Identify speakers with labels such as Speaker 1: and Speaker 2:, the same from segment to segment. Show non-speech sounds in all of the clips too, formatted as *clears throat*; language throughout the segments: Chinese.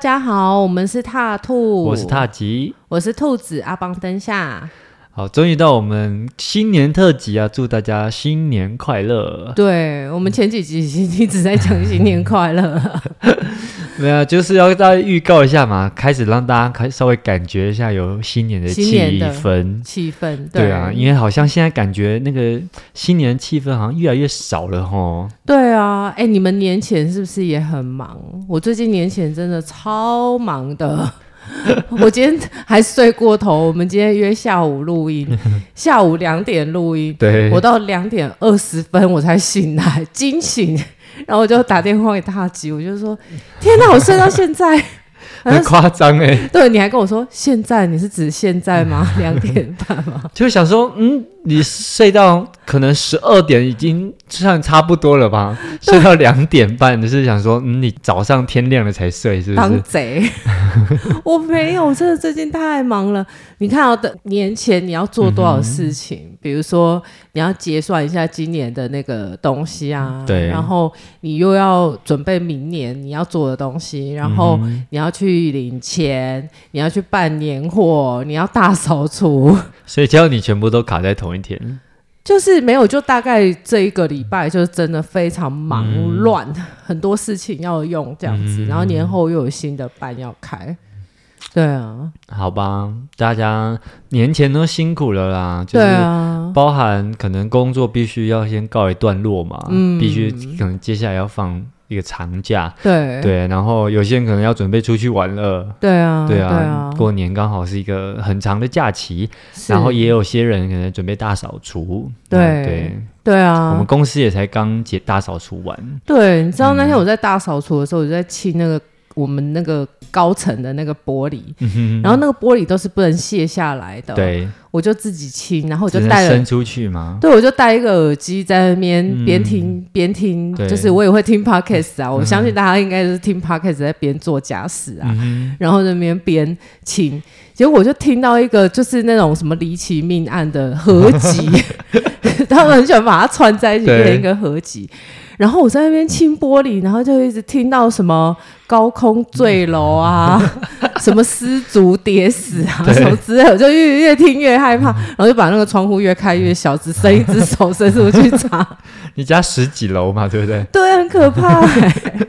Speaker 1: 家好，我们是踏兔，
Speaker 2: 我是踏，吉。
Speaker 1: 我是兔子阿邦灯下。
Speaker 2: 好，终于到我们新年特辑啊！祝大家新年快乐！
Speaker 1: 对我们前几集已经一直在讲新年快
Speaker 2: *laughs*
Speaker 1: 乐，
Speaker 2: 没有，就是要大家预告一下嘛，开始让大家开稍微感觉一下有新年的
Speaker 1: 新
Speaker 2: 气
Speaker 1: 年的
Speaker 2: 氛。
Speaker 1: 气氛
Speaker 2: 对啊，因为好像现在感觉那个新年气氛好像越来越少了吼。
Speaker 1: 对啊，哎、你们年前是不是也很忙？我最近年前真的超忙
Speaker 2: *laughs*
Speaker 1: 的，我今天还睡过头。我们今天约下午录
Speaker 2: *laughs*
Speaker 1: 音，下午两点录音，
Speaker 2: 对，
Speaker 1: 我到两点二十分我才醒来，惊醒，然后我就打电话给大吉，我就
Speaker 2: *laughs*
Speaker 1: 说：“天哪，我睡到现在。好像
Speaker 2: 很
Speaker 1: 是
Speaker 2: 夸张哎、”
Speaker 1: *laughs* 对，你还跟我说现在，你是指现在
Speaker 2: *laughs*
Speaker 1: 吗？两点半吗？
Speaker 2: 就想说，嗯，你睡到可能十二点已经算差不多了
Speaker 1: *laughs*
Speaker 2: 吧？睡到两点半，就是想说，嗯，你早上天亮了才睡，是不
Speaker 1: 当
Speaker 2: 是？
Speaker 1: 贼，我没有，我真的最近太忙了。你看哦，的年前你要做多少事情？比如说你要结算一下今年的那个东西啊，
Speaker 2: 对
Speaker 1: 然后你又要准备明年你要做的东西，然后
Speaker 2: 嗯
Speaker 1: 你要去领钱，你要去办年货，你要大扫除，
Speaker 2: 所以只要你全部都卡在同一
Speaker 1: 嗯
Speaker 2: 天，
Speaker 1: 就是没有，就大概这一个礼拜就是真的非常忙乱，很多事情要用这样
Speaker 2: 嗯
Speaker 1: 子，然后年后又有新的班要开，对啊，
Speaker 2: 好吧？大家年前都辛苦了啦，就
Speaker 1: 对
Speaker 2: 是
Speaker 1: 啊，
Speaker 2: 包含可能工作必须要先告一段落嘛，
Speaker 1: 嗯
Speaker 2: 必须可能接下来要放一个长假，
Speaker 1: 对
Speaker 2: 对，然后有些人可能要准备出去玩了。
Speaker 1: 对啊，
Speaker 2: 对
Speaker 1: 啊，
Speaker 2: 过年刚好是一个很长的假期，
Speaker 1: 是
Speaker 2: 然后也有些人可能准备大扫除，
Speaker 1: 对
Speaker 2: 嗯对，
Speaker 1: 对
Speaker 2: 我们
Speaker 1: 啊，
Speaker 2: 公司也才刚解大扫除完，
Speaker 1: 对，你知道那
Speaker 2: 嗯
Speaker 1: 天我在大扫除的时候，我就在清那个我们那个高层的那个玻璃，
Speaker 2: 嗯
Speaker 1: 然后那个玻璃都是不能卸下来的，，
Speaker 2: 对，
Speaker 1: 我就自己清，然后哦我
Speaker 2: 只
Speaker 1: 就
Speaker 2: 能
Speaker 1: 带了
Speaker 2: 伸出去嘛，
Speaker 1: 对，我就戴一个耳机在那边
Speaker 2: 嗯
Speaker 1: 边听边、听，
Speaker 2: 对嗯
Speaker 1: 就是我也会听 podcast 啊，我相信大家应该就是听 podcast 在边做家事
Speaker 2: 嗯
Speaker 1: 啊，然后在那边边听，结果我就听到一个就是那种什么离奇命案的合集， *laughs* 他们很喜欢把它串在一起
Speaker 2: 对
Speaker 1: 变一个合集。然后我在那边清玻璃，然后就一直听到什么高空坠楼啊，什么失足跌死啊，
Speaker 2: 对
Speaker 1: 什么之类的，我就越越听越害怕，然后就把那个窗户越开越小，只伸一只手伸出去查，
Speaker 2: 你家十几楼嘛，对不对？
Speaker 1: 对，很可怕、欸。 *laughs*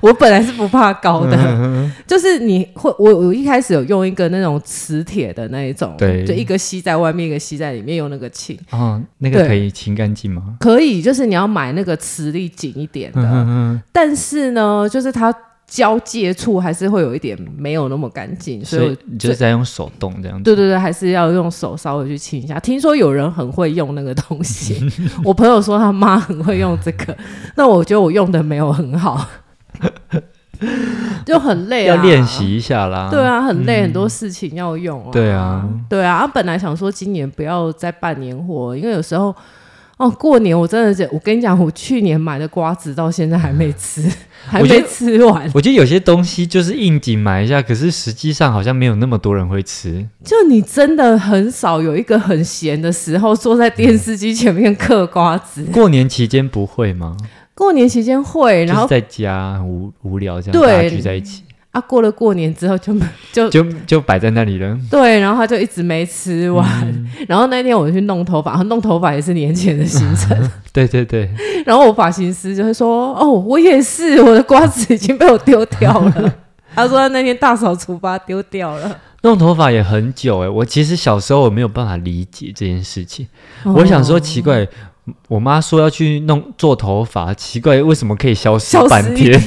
Speaker 1: 我本来是不怕高的，就是你会我我一开始有用一个那种磁铁的那一种，
Speaker 2: 对
Speaker 1: 就一个吸在外面，一个吸在里面，用那个气。
Speaker 2: 哦，那个
Speaker 1: 对
Speaker 2: 可以清干净吗？
Speaker 1: 可以，就是你要买那个磁力紧一点的，
Speaker 2: 嗯嗯，
Speaker 1: 但是呢，就是它交界处还是会有一点没有那么干净，所
Speaker 2: 所
Speaker 1: 以我
Speaker 2: 以你就是在用手动这样子，
Speaker 1: 对对对，还是要用手稍微去清一下。听说有人很会用那个东西， *laughs* 我朋友说他妈很会用这个，那我觉得我用的没有很好， *laughs* 就很累啊，
Speaker 2: 要练。习一下啦。
Speaker 1: 对，啊，很累，很多事情要用啊。
Speaker 2: 对啊，
Speaker 1: 对啊。啊本来想说今年不要再办年货，因为有时候哦，过年我真的觉得，我跟你讲，我去年买的瓜子到现在还没吃，还
Speaker 2: 我觉
Speaker 1: 没
Speaker 2: 得
Speaker 1: 吃完。
Speaker 2: 我觉得有些东西就是应景买一下，可是实际上好像没有那么多人会吃。
Speaker 1: 就你真的很少有一个很闲的时候，坐在电视机前面嗑瓜子。
Speaker 2: 过年期间不会吗？
Speaker 1: 过年期间会，然
Speaker 2: 就是
Speaker 1: 后
Speaker 2: 在家很无无聊这样，
Speaker 1: 对
Speaker 2: 大家聚在一起，
Speaker 1: 啊，过了过年之后就没就
Speaker 2: 就就摆在那里了。 *laughs*
Speaker 1: 对，然后他就一直没吃完。
Speaker 2: 嗯
Speaker 1: 然后那天我去弄头发，弄头发也是年前的行程。
Speaker 2: 对对对，
Speaker 1: 然后我发型师就会说：“哦，我也是，我的瓜子已经被我丢掉
Speaker 2: *laughs*
Speaker 1: 了。”他说他那天大扫除把它丢掉了。
Speaker 2: 弄头发也很久哎、我其实小时候我没有办法理解这件事情，
Speaker 1: 哦
Speaker 2: 我想说奇怪，我妈说要去弄做头发，奇怪为什么可以消失
Speaker 1: 消失
Speaker 2: 半天？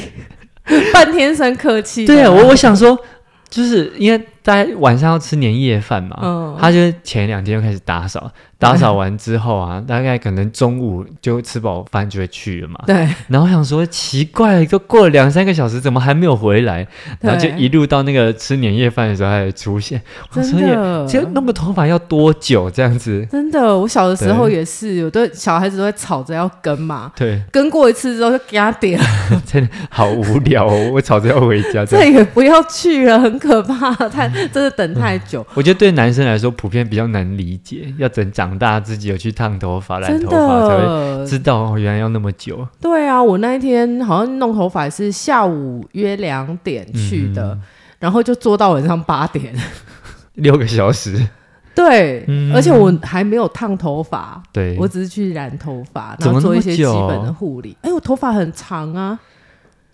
Speaker 1: 半天生客气。
Speaker 2: 对啊，我我想说，就是因为大家晚上要吃年夜饭嘛，
Speaker 1: 嗯
Speaker 2: 她就前两天就开始打扫，打扫完之后啊，大概可能中午就吃饱饭就会去了嘛，
Speaker 1: 对
Speaker 2: 然后我想说奇怪，都过了两三个小时，怎么还没有回来？然后就
Speaker 1: 对
Speaker 2: 一路到那个吃年夜饭的时候才出现，我
Speaker 1: 真
Speaker 2: 说也
Speaker 1: 的
Speaker 2: 这弄个头发要多久这样子？
Speaker 1: 真的，我小的时候
Speaker 2: 对
Speaker 1: 也是，我对小孩子都会吵着要跟嘛， *laughs*
Speaker 2: 对，
Speaker 1: 跟过一次之后就给他
Speaker 2: *laughs*
Speaker 1: 点，
Speaker 2: 真的好无聊哦！我吵着要回家，这样
Speaker 1: 这也不要去了，很可怕，太
Speaker 2: 嗯
Speaker 1: 真的等太久，
Speaker 2: 我觉得对男生来说普遍比较难理解，要等长大自己有去烫头发、染
Speaker 1: 真
Speaker 2: 嗯头发才会
Speaker 1: 的。
Speaker 2: 知道哦，原来要那么久。
Speaker 1: 对啊，我那一天好像弄头发也是下午约两点去的，
Speaker 2: 嗯
Speaker 1: 然后就做到晚上八
Speaker 2: *laughs*
Speaker 1: 点。
Speaker 2: 六个小时，
Speaker 1: 对，
Speaker 2: 嗯
Speaker 1: 而且我还没有烫头发，
Speaker 2: *laughs* 对，
Speaker 1: 我只是去染头发，
Speaker 2: 怎
Speaker 1: 然后
Speaker 2: 么那
Speaker 1: 做一
Speaker 2: 么
Speaker 1: 些基
Speaker 2: 久
Speaker 1: 本的护理。哎，我头发很长啊，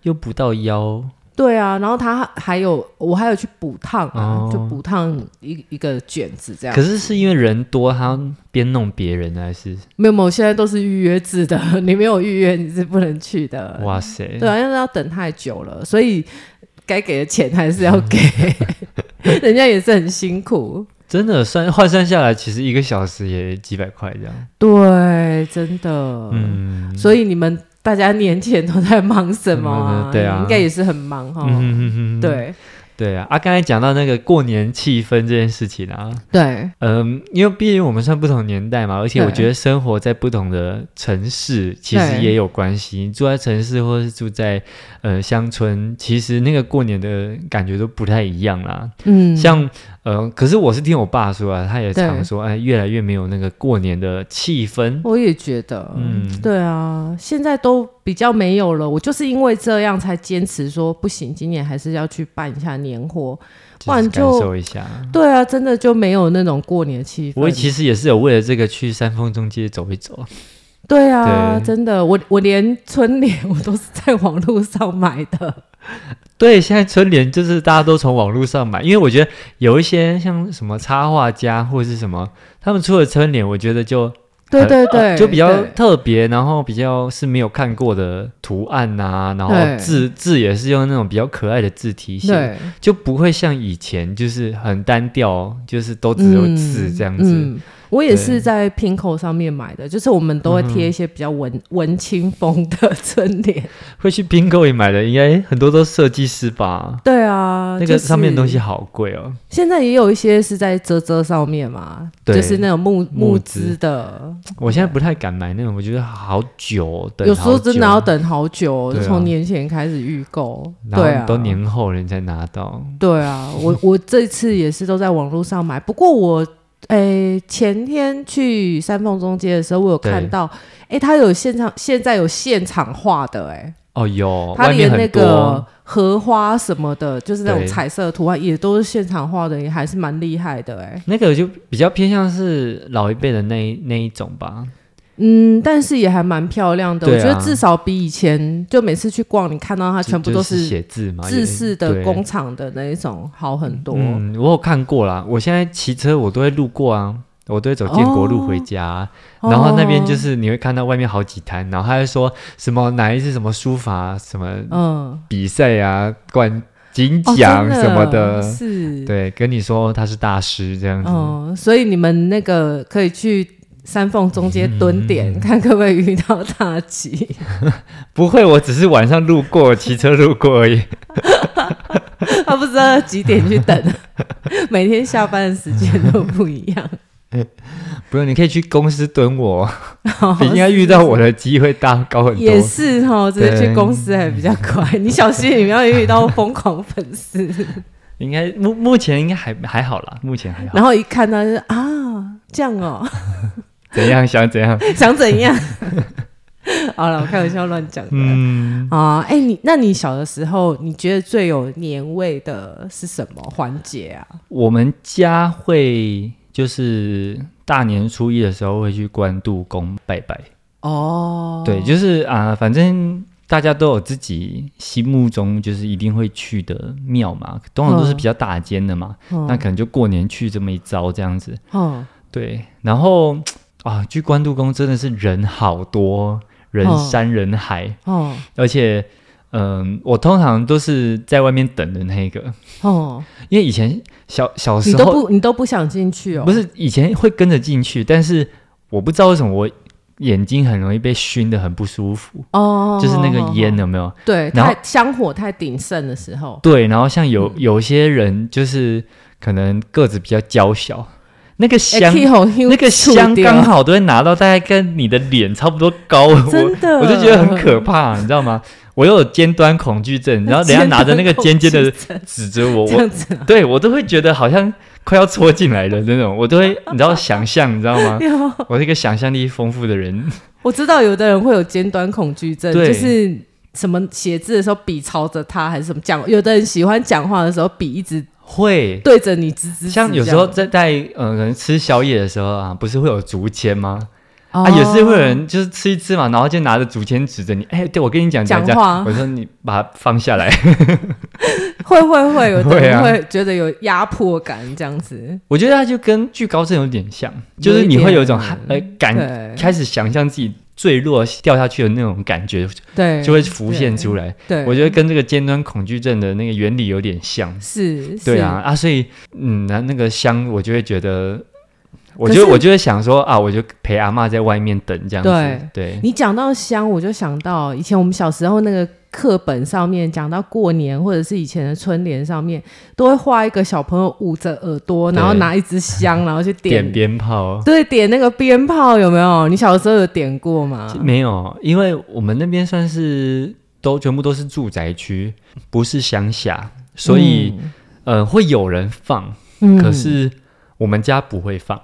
Speaker 2: 又不到腰，
Speaker 1: 对啊，然后他还有我还有去补烫啊，
Speaker 2: 哦
Speaker 1: 就补烫一一个卷子这样
Speaker 2: 可。是是因为人多，他边弄别人啊还是
Speaker 1: 没有没有，现在都是预约制的，你没有预约你是不能去的。
Speaker 2: 哇塞，
Speaker 1: 对啊，因为要等太久了，所以该给的钱还是要
Speaker 2: 嗯
Speaker 1: 给， *laughs* 人家也是很辛苦。
Speaker 2: 真的算换算下来，其实一个小时也几百块这样。
Speaker 1: 对，真的。
Speaker 2: 嗯，
Speaker 1: 所以你们大家年前都在忙什么啊
Speaker 2: 嗯？对啊
Speaker 1: 应该也是很忙哈。哦
Speaker 2: 嗯，
Speaker 1: 对
Speaker 2: 对啊。啊，刚才讲到那个过年气氛这件事情啊，
Speaker 1: 对
Speaker 2: 嗯，因为毕竟我们算不同年代嘛，而且
Speaker 1: 对
Speaker 2: 我觉得生活在不同的城市，其实
Speaker 1: 对
Speaker 2: 也有关系。你住在城市或是住在呃乡村，其实那个过年的感觉都不太一样啦。
Speaker 1: 嗯，
Speaker 2: 像呃，可是我是听我爸说啊，他也
Speaker 1: 对
Speaker 2: 常说，哎，越来越没有那个过年的气氛。
Speaker 1: 我也觉得，
Speaker 2: 嗯
Speaker 1: 对啊，现在都比较没有了。我就是因为这样才坚持说不行，今年还是要去办一下年货。不然
Speaker 2: 就是
Speaker 1: 就嗯
Speaker 2: 感受一下。
Speaker 1: 对啊，真的就没有那种过年气氛。
Speaker 2: 嗯我其实也是有为了这个去三峰中街走一走，
Speaker 1: 对啊，
Speaker 2: 对
Speaker 1: 真的，我我连春联我都是在网络上买的。
Speaker 2: 对，现在春联就是大家都从网络上买，因为我觉得有一些像什么插画家或者是什么，他们出的春联，我觉得就
Speaker 1: 对
Speaker 2: *laughs* 很
Speaker 1: 对对，
Speaker 2: 呃就比较
Speaker 1: 对
Speaker 2: 特别，然后比较是没有看过的图案呐、然后
Speaker 1: 对
Speaker 2: 字字也是用那种比较可爱的字体写，
Speaker 1: 对，
Speaker 2: 就不会像以前就是很单调，就是都只有字这样子。
Speaker 1: 嗯嗯我也
Speaker 2: 对
Speaker 1: 是在 Pinko 上面买的，就是我们都会
Speaker 2: 嗯
Speaker 1: 贴一些比较文、文青风的春联。
Speaker 2: 会去 Bingo 也买的，应该很多都设计师吧？
Speaker 1: 对啊，
Speaker 2: 那
Speaker 1: 就
Speaker 2: 个
Speaker 1: 是
Speaker 2: 上面的东西好贵哦。
Speaker 1: 现在也有一些是在遮遮上面嘛，
Speaker 2: 对
Speaker 1: 就是那种木木
Speaker 2: 木
Speaker 1: 资
Speaker 2: 资
Speaker 1: 的，
Speaker 2: 我现在不太敢买那种，我觉得好久哦，等
Speaker 1: 有时候
Speaker 2: 好久
Speaker 1: 真的要，等好久，哦
Speaker 2: 对啊
Speaker 1: 从、年前开始预购，对
Speaker 2: 然
Speaker 1: 啊，
Speaker 2: 后都年后人才拿到。
Speaker 1: 对啊，我我这次也是都在网络上买，不过我。诶，前天去三凤中街的时候，我有看
Speaker 2: 对
Speaker 1: 到，诶，它有现场，现在有现场画的、诶。
Speaker 2: 哦，有，
Speaker 1: 它
Speaker 2: 外面
Speaker 1: 连
Speaker 2: 很
Speaker 1: 那个
Speaker 2: 多，
Speaker 1: 荷花什么的，就是那种
Speaker 2: 对
Speaker 1: 彩色图案，也都是现场画的，也还是蛮厉害的哎、
Speaker 2: 那个就比较偏向是老一辈的那一那一种吧。
Speaker 1: 嗯，但是也还蛮漂亮的。我
Speaker 2: 对啊
Speaker 1: 觉得至少比以前，就每次去逛，你看到它
Speaker 2: 它
Speaker 1: 全部都
Speaker 2: 是
Speaker 1: 是
Speaker 2: 写字嘛，
Speaker 1: 自式的
Speaker 2: 工。
Speaker 1: 工厂的那一种，好很多。
Speaker 2: 嗯，我有看过啦。我现在骑车我都会路过啊，我都会走建国路回家啊、
Speaker 1: 哦
Speaker 2: 然后那边就是你会看到外面好几摊，然后他就说什么哪一次什么书法什么
Speaker 1: 嗯，
Speaker 2: 比赛啊、冠金
Speaker 1: 哦
Speaker 2: 奖
Speaker 1: 真
Speaker 2: 什么的，
Speaker 1: 是，
Speaker 2: 对，跟你说他是大师这样子。
Speaker 1: 嗯，所以你们那个可以去。山缝中间蹲点，
Speaker 2: 嗯
Speaker 1: 看可不可以遇到大吉。
Speaker 2: *laughs* 不会，我只是晚上路过，骑车路过而已。
Speaker 1: 他不知道几点去等， *laughs* 每天下班的时间都不一样。
Speaker 2: *laughs* 不用，你可以去公司蹲我，
Speaker 1: 哦
Speaker 2: *laughs* 比应该遇到我的机会大高很多。
Speaker 1: 也是哈，直接去
Speaker 2: 对
Speaker 1: 公司还比较快。你小心，你不要遇到疯狂粉丝，
Speaker 2: *laughs* 应该目目前应该还还好啦，目前还好。
Speaker 1: 然后一看到就是啊，这样哦， *laughs*
Speaker 2: 怎样想怎样？
Speaker 1: 想怎样？ *laughs* 好了，我开玩笑乱讲的。
Speaker 2: 嗯，
Speaker 1: 啊，哎、你那你小的时候，你觉得最有年味的是什么环节啊？
Speaker 2: 我们家会就是大年初一的时候会去关渡宫拜拜，
Speaker 1: 哦，
Speaker 2: 对，就是啊、反正大家都有自己心目中就是一定会去的庙嘛，通常都是比较大间的嘛，
Speaker 1: 嗯
Speaker 2: 那可能就过年去这么一遭这样子，
Speaker 1: 嗯，
Speaker 2: 对，然后啊，去关渡宫真的是人好多，人
Speaker 1: 嗯
Speaker 2: 山人海，
Speaker 1: 哦，
Speaker 2: 而且嗯、我通常都是在外面等的那一个，
Speaker 1: 哦，
Speaker 2: 因为以前小小
Speaker 1: 你
Speaker 2: 时
Speaker 1: 都
Speaker 2: 候
Speaker 1: 不，你都不想进去哦？
Speaker 2: 不，是以前会跟着进去，但是我不知道为什么我眼睛很容易被熏得很不舒服，
Speaker 1: 哦，
Speaker 2: 就是那个烟
Speaker 1: 哦，
Speaker 2: 有没有？
Speaker 1: 对，
Speaker 2: 然后
Speaker 1: 太香火太鼎盛的时候，
Speaker 2: 对，然后像有有些人就是可能个子比较娇小，那个
Speaker 1: 哎
Speaker 2: 香，那
Speaker 1: 那
Speaker 2: 个香刚好都会拿到大概跟你的脸差不多高，我
Speaker 1: 真的
Speaker 2: *laughs* 我就觉得很可
Speaker 1: 嗯
Speaker 2: 怕，你知道吗？我又有尖端恐
Speaker 1: *laughs*
Speaker 2: 惧症，然后人家拿着那个尖尖的指着我，
Speaker 1: 这
Speaker 2: 我
Speaker 1: 样子啊，
Speaker 2: 对我都会觉得好像快要戳进来了那种，我都
Speaker 1: *laughs*
Speaker 2: 会你知道想象，你知道吗？
Speaker 1: 有
Speaker 2: 我是一个想象力丰富的人，
Speaker 1: *laughs* 我知道有的人会有尖端恐惧症，
Speaker 2: 对
Speaker 1: 就是什么写字的时候笔朝着他，还是什么讲，有的人喜欢讲话的时候笔一直
Speaker 2: 会
Speaker 1: 对着你直直。
Speaker 2: 像
Speaker 1: 直
Speaker 2: 有
Speaker 1: 这
Speaker 2: 时候
Speaker 1: 样
Speaker 2: 在在呃可能吃宵夜的时候啊，不是会有竹签吗？
Speaker 1: 哦
Speaker 2: 啊，也是会有人就是吃一吃嘛，然后就拿着竹签指着你，哎、对我跟你讲
Speaker 1: 讲
Speaker 2: 讲，
Speaker 1: 话
Speaker 2: 我说你把它放下
Speaker 1: *laughs*
Speaker 2: 来，
Speaker 1: 会会会
Speaker 2: *laughs*
Speaker 1: 有的
Speaker 2: 会
Speaker 1: 人
Speaker 2: 啊
Speaker 1: 会觉得有压迫感这样子，
Speaker 2: 我觉得它就跟惧高症有点像，就是你会有一种害呃感，
Speaker 1: 对
Speaker 2: 开始想象自己坠落掉下去的那种感觉，
Speaker 1: 对，
Speaker 2: 就会浮现出来。
Speaker 1: 对，
Speaker 2: 我觉得跟这个尖端恐惧症的那个原理有点像。
Speaker 1: 是，
Speaker 2: 对
Speaker 1: 是
Speaker 2: 啊，，啊，所以嗯，那那个香，我就会觉得，我
Speaker 1: 可
Speaker 2: 就是我就会想说啊，我就陪阿嬷在外面等这样子。
Speaker 1: 对
Speaker 2: 对
Speaker 1: 你讲到香，我就想到以前我们小时候那个课本上面讲到过年，或者是以前的春联上面，都会画一个小朋友捂着耳朵，
Speaker 2: 对
Speaker 1: 然后拿一支香，然后去
Speaker 2: 点鞭炮。
Speaker 1: 对，点那个鞭炮有没有？你小时候有点过吗？
Speaker 2: 没有，因为我们那边算是都全部都是住宅区，不是乡下，所以、呃会有人放，
Speaker 1: 嗯嗯，嗯
Speaker 2: 可是我们家不会放。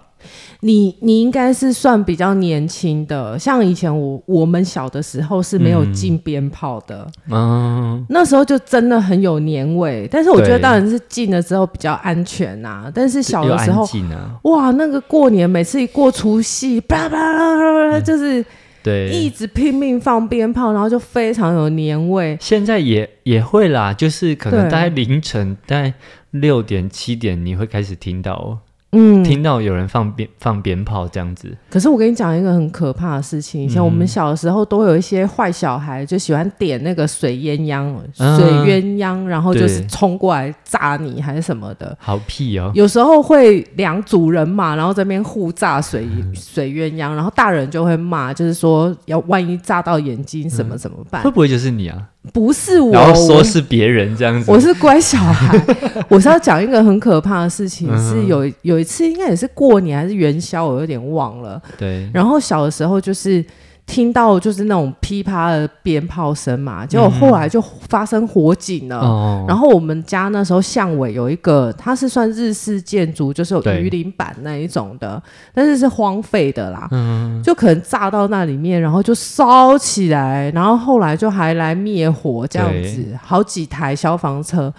Speaker 1: 你你应该是算比较年轻的，像以前我我们小的时候是没有
Speaker 2: 嗯
Speaker 1: 进鞭炮的，
Speaker 2: 嗯，
Speaker 1: 那时候就真的很有年味。但是我觉得
Speaker 2: 对
Speaker 1: 当然是进了之后比较安全呐、但是小
Speaker 2: 又
Speaker 1: 的时
Speaker 2: 安
Speaker 1: 候
Speaker 2: 静啊，
Speaker 1: 哇，那个过年每次一过除夕，叭叭叭叭
Speaker 2: 嗯
Speaker 1: 叭，就是一
Speaker 2: 对。
Speaker 1: 直拼命放鞭炮，然后就非常有年味。
Speaker 2: 现在也也会啦，就是可能
Speaker 1: 对
Speaker 2: 大概凌晨大概六点七点，你会开始听到、哦
Speaker 1: 嗯，
Speaker 2: 听到有人放鞭放鞭炮这样子。
Speaker 1: 可是我跟你讲一个很可怕的事情，以前
Speaker 2: 嗯
Speaker 1: 我们小的时候都会有一些坏小孩，就喜欢点那个水鸳鸯，
Speaker 2: 嗯
Speaker 1: 水鸳鸯，然后就是
Speaker 2: 对
Speaker 1: 冲过来炸你还是什么的。
Speaker 2: 好屁哦！
Speaker 1: 有时候会两组人嘛，然后这边互炸水
Speaker 2: 嗯
Speaker 1: 水鸳鸯，然后大人就会骂，就是说要万一炸到眼睛什么怎么办？
Speaker 2: 嗯会不会就是你啊？
Speaker 1: 不是我，
Speaker 2: 然后
Speaker 1: 我
Speaker 2: 说是别人这 *laughs* 样子，
Speaker 1: 我是乖小孩， *laughs* 我是要讲一个很可怕的事情，是有有一次应该也是过年还是元宵，我有点忘了。
Speaker 2: 对，
Speaker 1: 然后小的时候就是听到就是那种噼啪的鞭炮声嘛，结果后来就发生火警了。
Speaker 2: 哦，
Speaker 1: 然后我们家那时候巷尾有一个，它是算日式建筑，就是有
Speaker 2: 对
Speaker 1: 鱼鳞板那一种的，但是是荒废的啦，
Speaker 2: 嗯，
Speaker 1: 就可能炸到那里面，然后就烧起来，然后后来就还来灭火这样子，好几台消防车。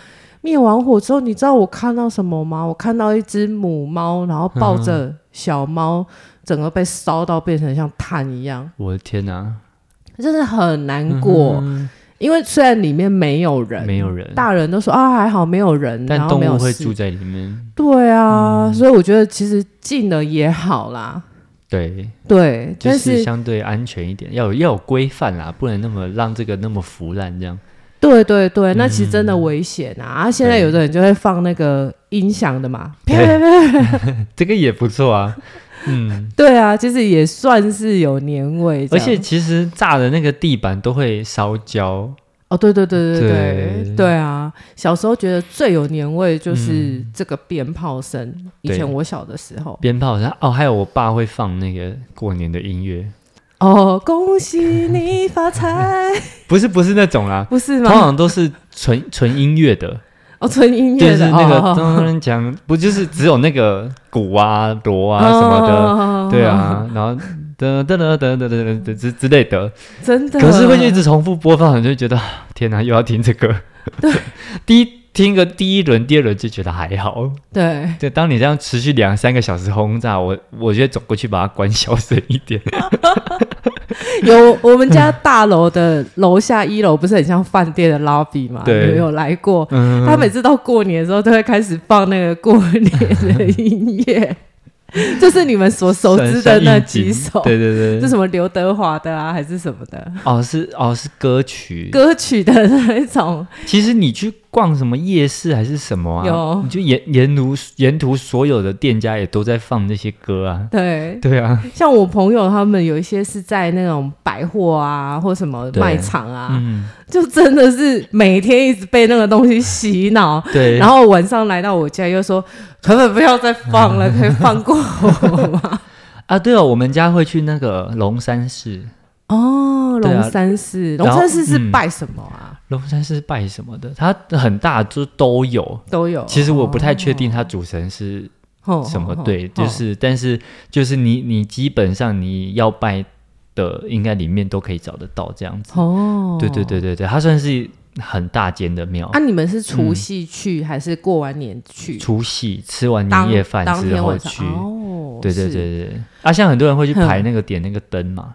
Speaker 1: 灭完火之后，你知道我看到什么吗？我看到一只母猫，然后抱着小猫，整个被烧到变成像炭一样，
Speaker 2: 我的天哪、
Speaker 1: 真的很难过。因为虽然里面没有人，
Speaker 2: 嗯没有人，
Speaker 1: 大人都说啊还好没有人，
Speaker 2: 嗯但
Speaker 1: 然后
Speaker 2: 动
Speaker 1: 没有
Speaker 2: 物会嗯
Speaker 1: 事
Speaker 2: 住在里面。
Speaker 1: 对啊，所以我觉得其实进了也好啦。
Speaker 2: 对，
Speaker 1: 对，
Speaker 2: 就
Speaker 1: 但
Speaker 2: 是
Speaker 1: 是
Speaker 2: 相对安全一点，要有要有规范啦，不能那么让这个那么腐烂这样。
Speaker 1: 对对对，那其实真的
Speaker 2: 嗯
Speaker 1: 危险啊！啊，现在有的人就会放那个音响的
Speaker 2: *laughs*
Speaker 1: 嘛，啪啪啪。
Speaker 2: 这个也不错啊，嗯，
Speaker 1: *laughs* 对啊，其实也算是有年味这
Speaker 2: 而
Speaker 1: 样。
Speaker 2: 且其实炸的那个地板都会烧焦，
Speaker 1: 哦，对对对对对
Speaker 2: 对
Speaker 1: 对啊！小时候觉得最有年味就是这个鞭炮声。以
Speaker 2: 嗯对
Speaker 1: 前我小的时候，
Speaker 2: 鞭炮，然后哦，还有我爸会放那个过年的音乐，
Speaker 1: 哦，恭喜你发
Speaker 2: *laughs*
Speaker 1: 财，
Speaker 2: 不是不是那种啦，
Speaker 1: 不是
Speaker 2: 通
Speaker 1: 吗？
Speaker 2: 常都是纯纯音乐的，
Speaker 1: 哦，纯音
Speaker 2: 就
Speaker 1: 乐
Speaker 2: 是
Speaker 1: 的，
Speaker 2: 那
Speaker 1: 哦
Speaker 2: 个当然讲，不就是只有那个鼓啊、锣啊什么的，
Speaker 1: 的
Speaker 2: 对，啊，然后噔噔噔噔噔噔噔之之类的，
Speaker 1: 真的。
Speaker 2: 可是会一直重复播放，你就会觉得啊天哪、又要听这个。 *laughs* 第一听个第一轮、第二轮就觉得还好。 *laughs*
Speaker 1: 对，
Speaker 2: 对，当你这样持续两三个小时轰炸，我我就会走过去把它关小声一
Speaker 1: *laughs*
Speaker 2: 点。
Speaker 1: 有我们家大楼的楼下一楼不是很像饭店的 lobby 嘛？
Speaker 2: 对
Speaker 1: 有有来过。
Speaker 2: 嗯，
Speaker 1: 他每次到过年的时候，都会开始放那个过年的音
Speaker 2: *laughs*
Speaker 1: 乐，就是你们所熟知的那几首，
Speaker 2: 对对
Speaker 1: 就
Speaker 2: 对，
Speaker 1: 什么刘德华的啊，还是什么的
Speaker 2: 哦是哦是歌曲。
Speaker 1: 歌曲的那一种。
Speaker 2: 其实你去逛什么夜市还是什么啊
Speaker 1: 有？
Speaker 2: 你就沿沿途沿途所有的店家也都在放那些歌啊。
Speaker 1: *laughs* 对，
Speaker 2: 对啊，
Speaker 1: 像我朋友他们有一些是在那种百货啊，或什么
Speaker 2: 对
Speaker 1: 卖场啊，
Speaker 2: 嗯，
Speaker 1: 就真的是每天一直被那个东西洗脑。
Speaker 2: 对。
Speaker 1: 然后晚上来到我家又说：“可不可以不要再放
Speaker 2: *laughs*
Speaker 1: 了？可以放过我吗
Speaker 2: 啊，对哦，我们家会去那个龙山寺，？” *laughs*
Speaker 1: 哦，
Speaker 2: 对啊
Speaker 1: 龙山寺，
Speaker 2: 然
Speaker 1: 龙
Speaker 2: 后
Speaker 1: 山寺是
Speaker 2: 嗯
Speaker 1: 拜什么啊？
Speaker 2: 龙山寺拜什么的，它很大，就都有。
Speaker 1: 都有。
Speaker 2: 嗯其实我不太确定它主神是
Speaker 1: 哦
Speaker 2: 什么
Speaker 1: 哦，
Speaker 2: 对，
Speaker 1: 哦
Speaker 2: 就是但是就是你你基本上你要拜的，应该里面都可以找得到这样子。
Speaker 1: 哦，
Speaker 2: 对对。对对对，它算是很大间的庙
Speaker 1: 啊，。你们是除夕去还是过完年去？
Speaker 2: 除夕吃完
Speaker 1: 当
Speaker 2: 年夜饭
Speaker 1: 当
Speaker 2: 之
Speaker 1: 天
Speaker 2: 后
Speaker 1: 晚上
Speaker 2: 去，
Speaker 1: 哦，
Speaker 2: 对对
Speaker 1: 是
Speaker 2: 对对。啊，像很多人会去
Speaker 1: 哼
Speaker 2: 排那个点那个灯嘛，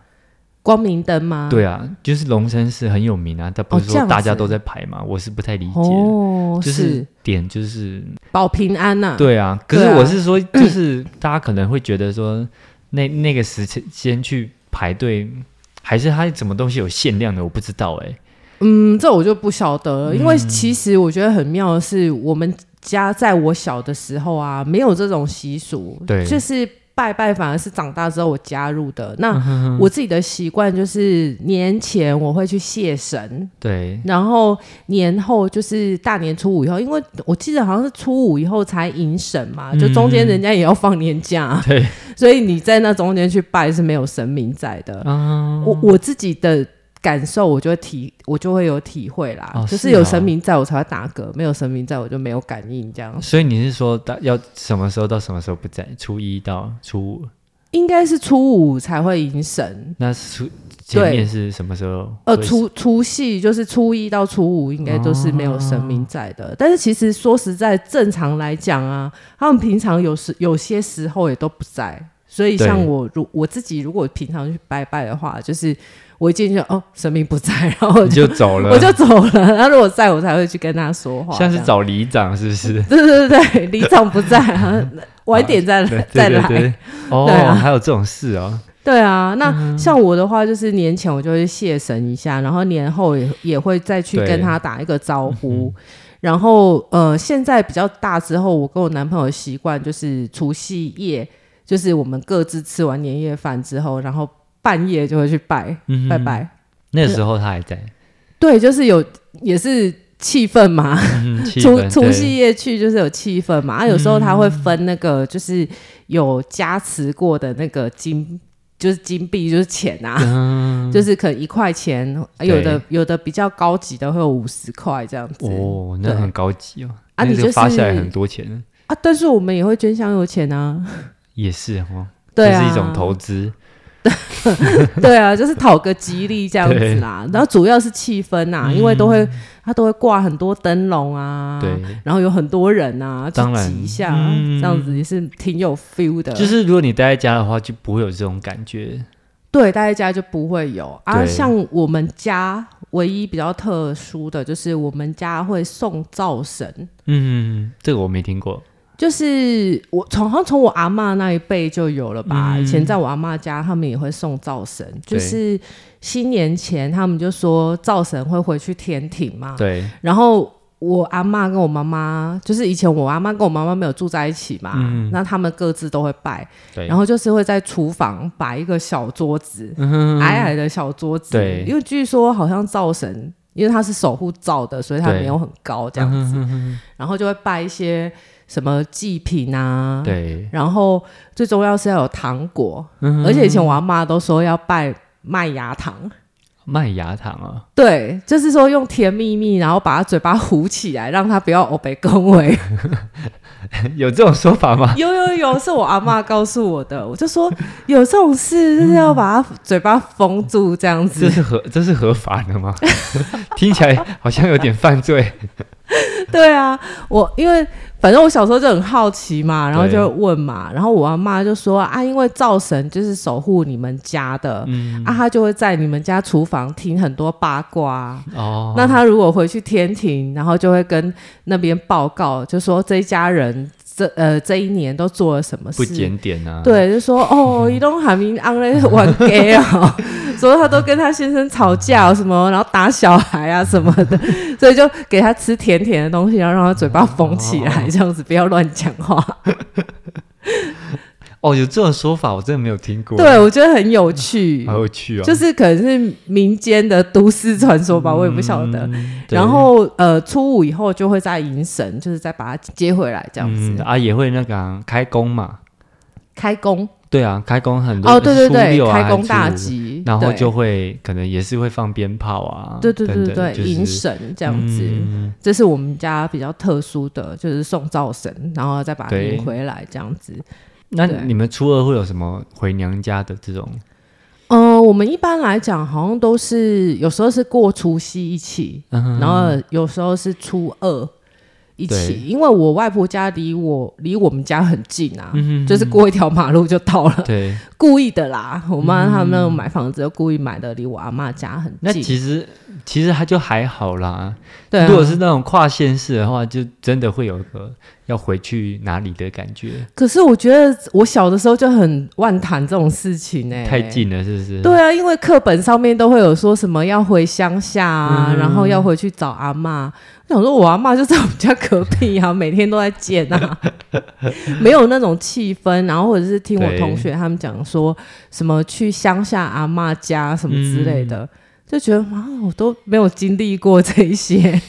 Speaker 1: 光明灯吗？
Speaker 2: 对啊，就是龙山寺很有名啊，但不
Speaker 1: 哦
Speaker 2: 是
Speaker 1: 这
Speaker 2: 说
Speaker 1: 样
Speaker 2: 大家
Speaker 1: 子
Speaker 2: 都在排嘛，我是不太理解的。
Speaker 1: 哦，
Speaker 2: 就是点就是
Speaker 1: 保平安呐、
Speaker 2: 对啊，可是
Speaker 1: 对啊
Speaker 2: 我是
Speaker 1: *clears throat*
Speaker 2: 说，就是大家可能会觉得说，那那个时间去排队，还是它什么东西有限量的，我不知道哎、
Speaker 1: 嗯，这我就不晓得了，因为其实我觉得很妙的是，我们家在我小的时候啊，没有这种习俗，
Speaker 2: 对
Speaker 1: 就是。拜拜反而是长大之后我加入的。那我自己的习惯就是年前我会去谢神，
Speaker 2: 对，
Speaker 1: 然后年后就是大年初五以后，因为我记得好像是初五以后才迎神嘛，就中间人家也要放年假，
Speaker 2: 嗯 *laughs* 对，
Speaker 1: 所以你在那中间去拜是没有神明在的。
Speaker 2: 嗯，
Speaker 1: 我我自己的感受，我就会体，我就会有体会啦，
Speaker 2: 哦
Speaker 1: 就是
Speaker 2: 是
Speaker 1: 有
Speaker 2: 哦
Speaker 1: 神明在我才会打嗝，没有神明在我就没有感应这样。
Speaker 2: 所以你是说大要什么时候到什么时候不在？初一到初五，
Speaker 1: 应该是初五才会迎神，
Speaker 2: 那初前面是什么时候会？
Speaker 1: 呃，除除夕就是初一到初五，应该都是没有神
Speaker 2: 哦
Speaker 1: 明在的。但是其实说实在，正常来讲啊，他们平常有时有些时候也都不在。所以
Speaker 2: 对
Speaker 1: 像我如我自己如果平常去拜拜的话，就是我一进去哦，神明不在，然后我
Speaker 2: 你
Speaker 1: 就
Speaker 2: 就走了，
Speaker 1: 我就走了。他如果在我才会去跟他说话，
Speaker 2: 像
Speaker 1: 这
Speaker 2: 是
Speaker 1: 样
Speaker 2: 找里长是不是？
Speaker 1: *laughs* 对对对对，李总不在啊，晚一点
Speaker 2: *laughs*
Speaker 1: 再来、
Speaker 2: 对
Speaker 1: 再
Speaker 2: 对对
Speaker 1: 来。
Speaker 2: 对，哦，
Speaker 1: 对啊
Speaker 2: 还有这种事哦，
Speaker 1: 对啊，那像我的话，就是年前我就会谢神一下，然后年后也也会再去
Speaker 2: 对
Speaker 1: 跟他打一个招呼。然后呃，现在比较大之后，我跟我男朋友的习惯就是除夕夜，就是我们各自吃完年夜饭之后，然后半夜就会去拜、
Speaker 2: 嗯
Speaker 1: 拜。拜。
Speaker 2: 那时候他还在，
Speaker 1: 对，就是有也是气氛嘛，
Speaker 2: 嗯，气
Speaker 1: 除
Speaker 2: 氛
Speaker 1: 除
Speaker 2: 对
Speaker 1: 夕夜去就是有气氛嘛，啊，有时候他会分那个就是有加持过的那个金，就是金币，就是钱啊， *laughs* 就是可能一块钱，啊
Speaker 2: 嗯对
Speaker 1: 有的有的比较高级的会有五十块这样子、
Speaker 2: 哦，那
Speaker 1: 对
Speaker 2: 很高级哦，
Speaker 1: 啊
Speaker 2: 那
Speaker 1: 你
Speaker 2: 个
Speaker 1: 就是
Speaker 2: 发下来很多钱，
Speaker 1: 啊，但是我们也会捐香油钱啊，
Speaker 2: 也是哦，
Speaker 1: 对
Speaker 2: 这
Speaker 1: 啊，
Speaker 2: 是一种投资，
Speaker 1: 对啊，就是讨个吉利这样子啦，然后主要是气氛啊，因为都会他都会挂很多灯笼啊，
Speaker 2: 嗯对。
Speaker 1: 然后有很多人啊，就
Speaker 2: 当然
Speaker 1: 挤一下啊，
Speaker 2: 嗯
Speaker 1: 这样子也是挺有 feel 的，
Speaker 2: 就是如果你待在家的话，就不会有这种感觉。
Speaker 1: 对，大家家就不会有啊。
Speaker 2: 对
Speaker 1: 像我们家唯一比较特殊的就是我们家会送灶神，
Speaker 2: 嗯，这个我没听过。
Speaker 1: 就是我从好像从我阿嬷那一辈就有了吧。
Speaker 2: 嗯
Speaker 1: 以前在我阿嬷家，他们也会送灶神，就是新年前他们就说灶神会回去天庭嘛。
Speaker 2: 对，
Speaker 1: 然后我阿嬷跟我妈妈，就是以前我阿嬷跟我妈妈没有住在一起嘛，
Speaker 2: 嗯
Speaker 1: 那他们各自都会拜，
Speaker 2: 对
Speaker 1: 然后就是会在厨房摆一个小桌子，矮矮的小桌子，
Speaker 2: 嗯对
Speaker 1: 因为据说好像灶神。因为他是守护灶的，所以他
Speaker 2: 对
Speaker 1: 没有很高这样子，然后就会拜一些什么祭品啊，
Speaker 2: 对，
Speaker 1: 然后最重要是要有糖果，
Speaker 2: 嗯
Speaker 1: 而且以前我阿妈都说要拜麦芽糖，
Speaker 2: 麦芽糖啊， *laughs*
Speaker 1: 对，就是说用甜蜜蜜，然后把它嘴巴糊起来，让它不要欧北恭维。
Speaker 2: 有这种说法吗？
Speaker 1: *laughs* 有有有，是我阿妈告诉我的，我就说有这种事，就是要把它嘴巴封住这样
Speaker 2: 这
Speaker 1: 子。
Speaker 2: 是合这是合法的吗？ *laughs* 听起来好像有点犯
Speaker 1: *laughs*
Speaker 2: 罪。
Speaker 1: *laughs* 对啊，我因为反正我小时候就很好奇嘛，然后就问嘛，然后我阿妈就说啊，因为灶神就是守护你们家的，
Speaker 2: 嗯
Speaker 1: 啊，他就会在你们家厨房听很多八卦啊、
Speaker 2: 哦，
Speaker 1: 那他如果回去天庭，然后就会跟那边报告，就说这一家人这呃这一年都做了什么
Speaker 2: 不
Speaker 1: 事。
Speaker 2: 检点啊。，
Speaker 1: 对，就说哦，移动海明昂嘞玩
Speaker 2: *laughs* *laughs*
Speaker 1: gay 哦，说他都跟他先生吵架哦什么，然后打小孩啊什么的，所以就给他吃甜甜的东西，然后让他嘴巴缝起来，这样子不要乱讲话。
Speaker 2: 哦，有这种说法，我真的没有听过。
Speaker 1: 对，我觉得很有趣
Speaker 2: 好，有趣哦。
Speaker 1: 就是可能是民间的都市传说吧，我也不晓得。
Speaker 2: 嗯对
Speaker 1: 然后呃，初五以后就会再迎神，就是再把它接回来这样子。
Speaker 2: 嗯啊，也会那个啊开工嘛，
Speaker 1: 开工
Speaker 2: 对啊，开工很多
Speaker 1: 哦，对对
Speaker 2: 初
Speaker 1: 对，
Speaker 2: 六啊
Speaker 1: 开工大
Speaker 2: 还是初五
Speaker 1: 吉，
Speaker 2: 然后
Speaker 1: 对
Speaker 2: 就会可能也是会放鞭炮啊，
Speaker 1: 对对对
Speaker 2: 等等
Speaker 1: 对，
Speaker 2: 就是
Speaker 1: 迎神这样子。
Speaker 2: 嗯
Speaker 1: 这是我们家比较特殊的，就是送灶神，然后再把它
Speaker 2: 对
Speaker 1: 迎回来这样子。
Speaker 2: 那
Speaker 1: 对
Speaker 2: 你们初二会有什么回娘家的这种？
Speaker 1: 嗯、我们一般来讲好像都是有时候是过除夕一起，
Speaker 2: 嗯
Speaker 1: 然后有时候是初二一
Speaker 2: 对
Speaker 1: 起，因为我外婆家离我离我们家很近啊，
Speaker 2: 嗯
Speaker 1: 就是过一条马路就到了，
Speaker 2: 对，
Speaker 1: 故意的啦。我妈他们那种买房子就故意买的离我阿妈家很
Speaker 2: 嗯那
Speaker 1: 近，
Speaker 2: 其实其实还就还好啦。
Speaker 1: 对、啊，
Speaker 2: 如果是那种跨县市的话，就真的会有一个要回去哪里的感觉，
Speaker 1: 可是我觉得我小的时候就很万谈这种事情哎、
Speaker 2: 太。近了，是不是？
Speaker 1: 对啊，因为课本上面都会有说什么要回乡下啊，
Speaker 2: 嗯
Speaker 1: 然后要回去找阿嬷。我想说，我阿嬷就在我们家隔壁啊，每天都在见
Speaker 2: *laughs*
Speaker 1: 啊，没有那种气氛。然后或者是听我
Speaker 2: 对
Speaker 1: 同学他们讲说什么去乡下阿嬷家什么之类的，
Speaker 2: 嗯
Speaker 1: 就觉得啊，我都没有经历过这一些。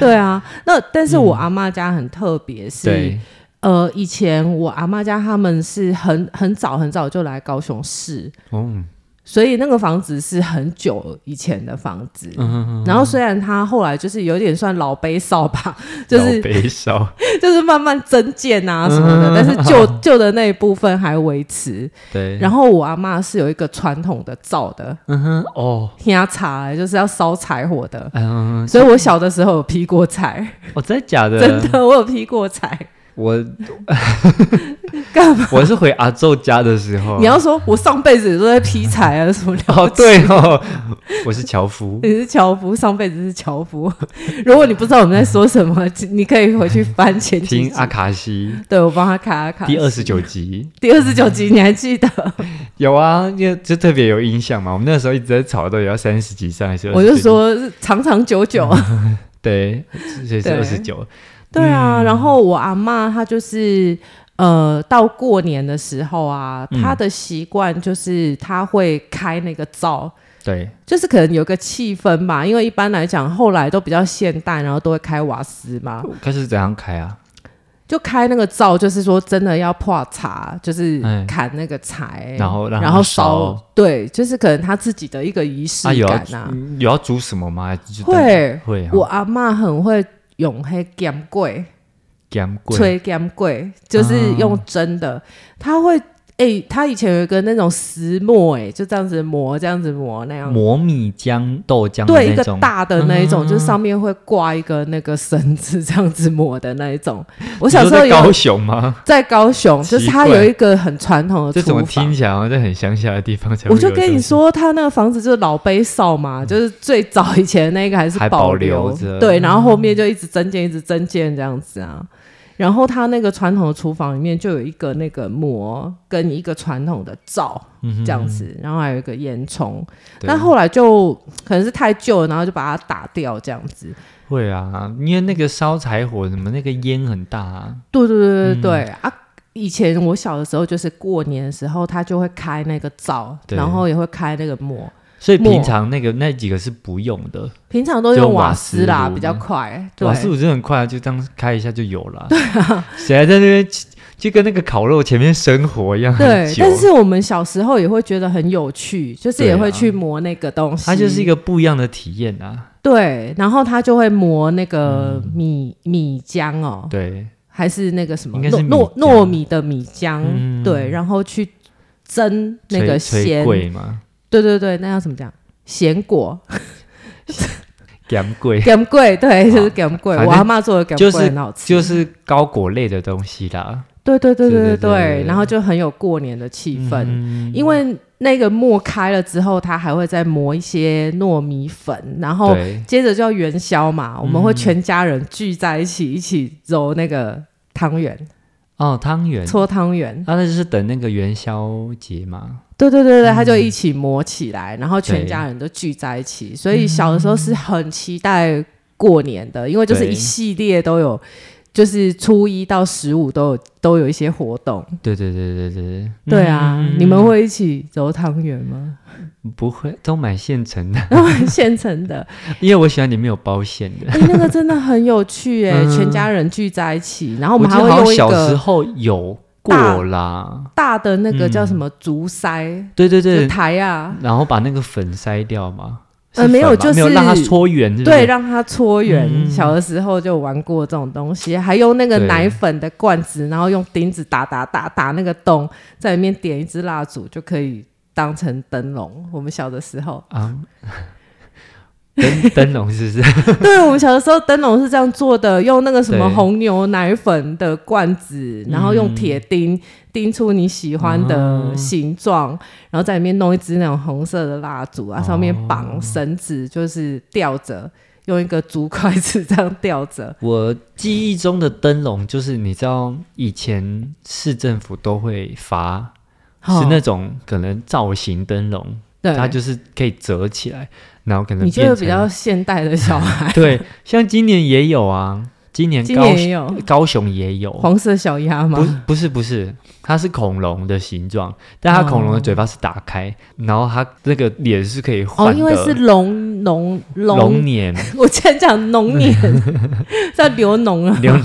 Speaker 1: 对啊，那但是我阿嬷家很特别，是、
Speaker 2: 嗯对，
Speaker 1: 呃，以前我阿妈家他们是很很早很早就来高雄市， *laughs*
Speaker 2: 嗯
Speaker 1: 所以那个房子是很久以前的房子。
Speaker 2: 嗯，
Speaker 1: 然后虽然它后来就是有点算老悲少吧， *laughs* 就是
Speaker 2: 悲伤，
Speaker 1: 就是慢慢增建啊什么的，
Speaker 2: 嗯
Speaker 1: 但是
Speaker 2: *laughs*
Speaker 1: 旧旧的那一部分还维持。
Speaker 2: 对，
Speaker 1: 然后我阿妈是有一个传统的灶的，
Speaker 2: 嗯哼，哦，
Speaker 1: 压柴就是要烧柴火的，
Speaker 2: 嗯，
Speaker 1: 所以我小的时候有劈过柴，
Speaker 2: 哦，真的假的？
Speaker 1: 真，的我有劈过柴。
Speaker 2: 我
Speaker 1: *laughs* 干嘛？
Speaker 2: 我是回阿昼家的时候，啊
Speaker 1: 你要说我上辈子都在劈柴啊什么的。
Speaker 2: *laughs* 哦，对哦，我是樵夫，
Speaker 1: 你是樵夫，上辈子是樵夫。 *laughs* 如果你不知道我们在说什么，你可以回去翻前几
Speaker 2: 听
Speaker 1: 集。
Speaker 2: 阿卡西
Speaker 1: 对，我帮他卡啊卡。
Speaker 2: 第二十九集。
Speaker 1: 第二十九集，你还记得？
Speaker 2: 有啊，因为就特别有印象嘛。我们那时候一直在吵，到底要三十几上还是？
Speaker 1: 我就，说是长长久久。
Speaker 2: 嗯对，所以是
Speaker 1: 对
Speaker 2: 二十九。
Speaker 1: 对
Speaker 2: 嗯
Speaker 1: 啊，然后我阿嬷她就是呃，到过年的时候啊，
Speaker 2: 嗯
Speaker 1: 她的习惯就是她会开那个灶。
Speaker 2: 对，
Speaker 1: 就是可能有个气氛吧，因为一般来讲，后来都比较现代，然后都会开瓦斯嘛。
Speaker 2: 可是怎样开啊？
Speaker 1: 就开那个灶，就是说真的要破茶，就是
Speaker 2: 哎
Speaker 1: 砍那个柴，
Speaker 2: 然后让它
Speaker 1: 然后
Speaker 2: 烧，
Speaker 1: 对，就是可能他自己的一个仪式
Speaker 2: 啊，有要
Speaker 1: 感啊。
Speaker 2: 有要煮什么吗？还是就
Speaker 1: 会，
Speaker 2: 会啊，
Speaker 1: 我阿嬷很会用黑干柜
Speaker 2: 干贵，
Speaker 1: 吹干柜，就是用真
Speaker 2: 啊
Speaker 1: 的，她会。哎、她以前有一个那种石磨、哎，就这样子磨，这样子磨那样，
Speaker 2: 磨米浆、豆浆的
Speaker 1: 啊对，一
Speaker 2: 那
Speaker 1: 个
Speaker 2: 种。嗯
Speaker 1: 大的那一种，就是上面会挂一个那个绳子，这样子磨的那一种。我小时候
Speaker 2: 你说在高
Speaker 1: 有
Speaker 2: 雄吗？ *laughs*
Speaker 1: 在高雄，就是
Speaker 2: 奇
Speaker 1: 它
Speaker 2: 怪
Speaker 1: 有一个很传统的
Speaker 2: 这怎
Speaker 1: 厨
Speaker 2: 么
Speaker 1: 房
Speaker 2: 听，起来好像在很乡下的地方才会
Speaker 1: 我
Speaker 2: 有这
Speaker 1: 就
Speaker 2: 种？
Speaker 1: 跟你说，他那个房子就是老碑少嘛，就是最早以前那个还是
Speaker 2: 还保
Speaker 1: 保
Speaker 2: 留着
Speaker 1: 对，然后后面就一直增建，一直增建这样子啊。然后他那个传统的厨房里面就有一个那个膜跟一个传统的灶
Speaker 2: 嗯哼
Speaker 1: 这样子，然后还有一个烟囱。
Speaker 2: 对
Speaker 1: 那后来就可能是太旧了，然后就把它打掉这样子。
Speaker 2: 会啊，因为那个烧柴火什么，那个烟很大啊。
Speaker 1: 对对对对对、啊！以前我小的时候，就是过年的时候，他就会开那个灶，
Speaker 2: 对
Speaker 1: 然后也会开那个膜。
Speaker 2: 所以
Speaker 1: 磨
Speaker 2: 平常那个那几个是不用的，
Speaker 1: 平常都
Speaker 2: 就
Speaker 1: 用
Speaker 2: 用瓦
Speaker 1: 瓦斯啦，
Speaker 2: 斯炉
Speaker 1: 比较快。对
Speaker 2: 瓦斯炉真的很快啊，就这样开一下就有了。对啊，谁还在那边就跟那个烤肉前面生活一样很
Speaker 1: *laughs* 对，
Speaker 2: 久
Speaker 1: 但是我们小时候也会觉得很有趣，就是也
Speaker 2: 对
Speaker 1: 会
Speaker 2: 啊
Speaker 1: 去磨那个东西。
Speaker 2: 它就是一个不一样的体验啊。
Speaker 1: 对，然后他就会磨那个米、米浆哦，
Speaker 2: 嗯对，
Speaker 1: 还是那个什么
Speaker 2: 应该是
Speaker 1: 糯
Speaker 2: 米
Speaker 1: 糯
Speaker 2: 浆
Speaker 1: 糯米的米浆，
Speaker 2: 嗯
Speaker 1: 对，然后去蒸那个
Speaker 2: 吹吹
Speaker 1: 咸，
Speaker 2: 贵嘛，
Speaker 1: 对对对，那要怎么讲？咸果， *laughs*
Speaker 2: 干贵
Speaker 1: 咸粿，对，就是咸粿。
Speaker 2: 反正
Speaker 1: 我阿妈做的咸
Speaker 2: 就是
Speaker 1: 粿很好吃，
Speaker 2: 就是高果类的东西啦。
Speaker 1: 对对对
Speaker 2: 对对
Speaker 1: 对对
Speaker 2: 对对
Speaker 1: 对，然后就很有过年的气氛。
Speaker 2: 嗯
Speaker 1: 因为那个磨开了之后，它还会再磨一些糯米粉，然后
Speaker 2: 对嗯
Speaker 1: 接着就要元宵嘛，我们会全家人聚在一起一起揉那个汤圆。
Speaker 2: 哦，汤圆，
Speaker 1: 搓汤圆。
Speaker 2: 啊，那就是等那个元宵节嘛。
Speaker 1: 对对
Speaker 2: 嗯
Speaker 1: 对对，他就一起磨起来，然后全家人都聚在一起。所以小的时候是很期待过年的，因为就是
Speaker 2: 对
Speaker 1: 一系列都有，就是初一到十五都有都有一些活动。
Speaker 2: 对对对对对对。
Speaker 1: 对啊，
Speaker 2: 嗯
Speaker 1: 你们会一起走汤圆
Speaker 2: *laughs*
Speaker 1: 吗？
Speaker 2: 不会都买现成的？ *laughs*
Speaker 1: 然后现成的，
Speaker 2: 因为我喜欢里面有包馅的。
Speaker 1: *laughs* 哎、那个真的很有趣哎、全家人聚在一起，然后我
Speaker 2: 嗯我
Speaker 1: 们
Speaker 2: 记
Speaker 1: 还会
Speaker 2: 得好像
Speaker 1: 用一
Speaker 2: 小时
Speaker 1: 个
Speaker 2: 候嗯有过啦。
Speaker 1: 大的那个叫什么竹筛，
Speaker 2: 对对
Speaker 1: 就
Speaker 2: 对，
Speaker 1: 台啊，
Speaker 2: 然后把那个粉筛掉嘛。
Speaker 1: 呃
Speaker 2: 是粉
Speaker 1: 没有
Speaker 2: 吗
Speaker 1: 就是
Speaker 2: 没有让它搓圆，是不
Speaker 1: 对，
Speaker 2: 是？
Speaker 1: 让它搓圆。
Speaker 2: 嗯
Speaker 1: 小的时候就玩过这种东西，还用那个
Speaker 2: 对，
Speaker 1: 奶粉的罐子，然后用钉子打打打打那个洞，在里面点一支蜡烛就可以当成灯笼。我们小的时候
Speaker 2: 啊， *laughs* 灯灯笼是不是？ *laughs*
Speaker 1: *laughs* 对我们小的时候灯笼是这样做的，用那个什么
Speaker 2: 对
Speaker 1: 红牛奶粉的罐子，然后用铁
Speaker 2: 嗯啊
Speaker 1: 钉钉出你喜欢的形状，然后在里面弄一支那种红色的蜡烛啊，上面绑绳子，就是吊着。用一个竹筷子这样吊着，
Speaker 2: 我记忆中的灯笼就是，你知道以前市政府都会发，
Speaker 1: 哦
Speaker 2: *laughs* 是那种可能造型灯笼，
Speaker 1: 对，
Speaker 2: 它就是可以折起来，然后可能
Speaker 1: 你就
Speaker 2: 变
Speaker 1: 是
Speaker 2: 成，
Speaker 1: 比较现代的小孩
Speaker 2: *laughs* 对，像今年也有啊，今年
Speaker 1: 今
Speaker 2: 高
Speaker 1: 年也有
Speaker 2: 高雄也有，
Speaker 1: 黄色小鸭
Speaker 2: 不
Speaker 1: 吗？
Speaker 2: 不是不是，它是恐龙的形状，但它恐龙的嘴巴是打开，然后它那个脸是可以换
Speaker 1: 哦，
Speaker 2: 的，
Speaker 1: 因为是龙龙
Speaker 2: 龙 *laughs*
Speaker 1: 龙， *laughs*
Speaker 2: 年
Speaker 1: 我竟然讲龙
Speaker 2: *laughs*
Speaker 1: 年，在流脓了。
Speaker 2: 龙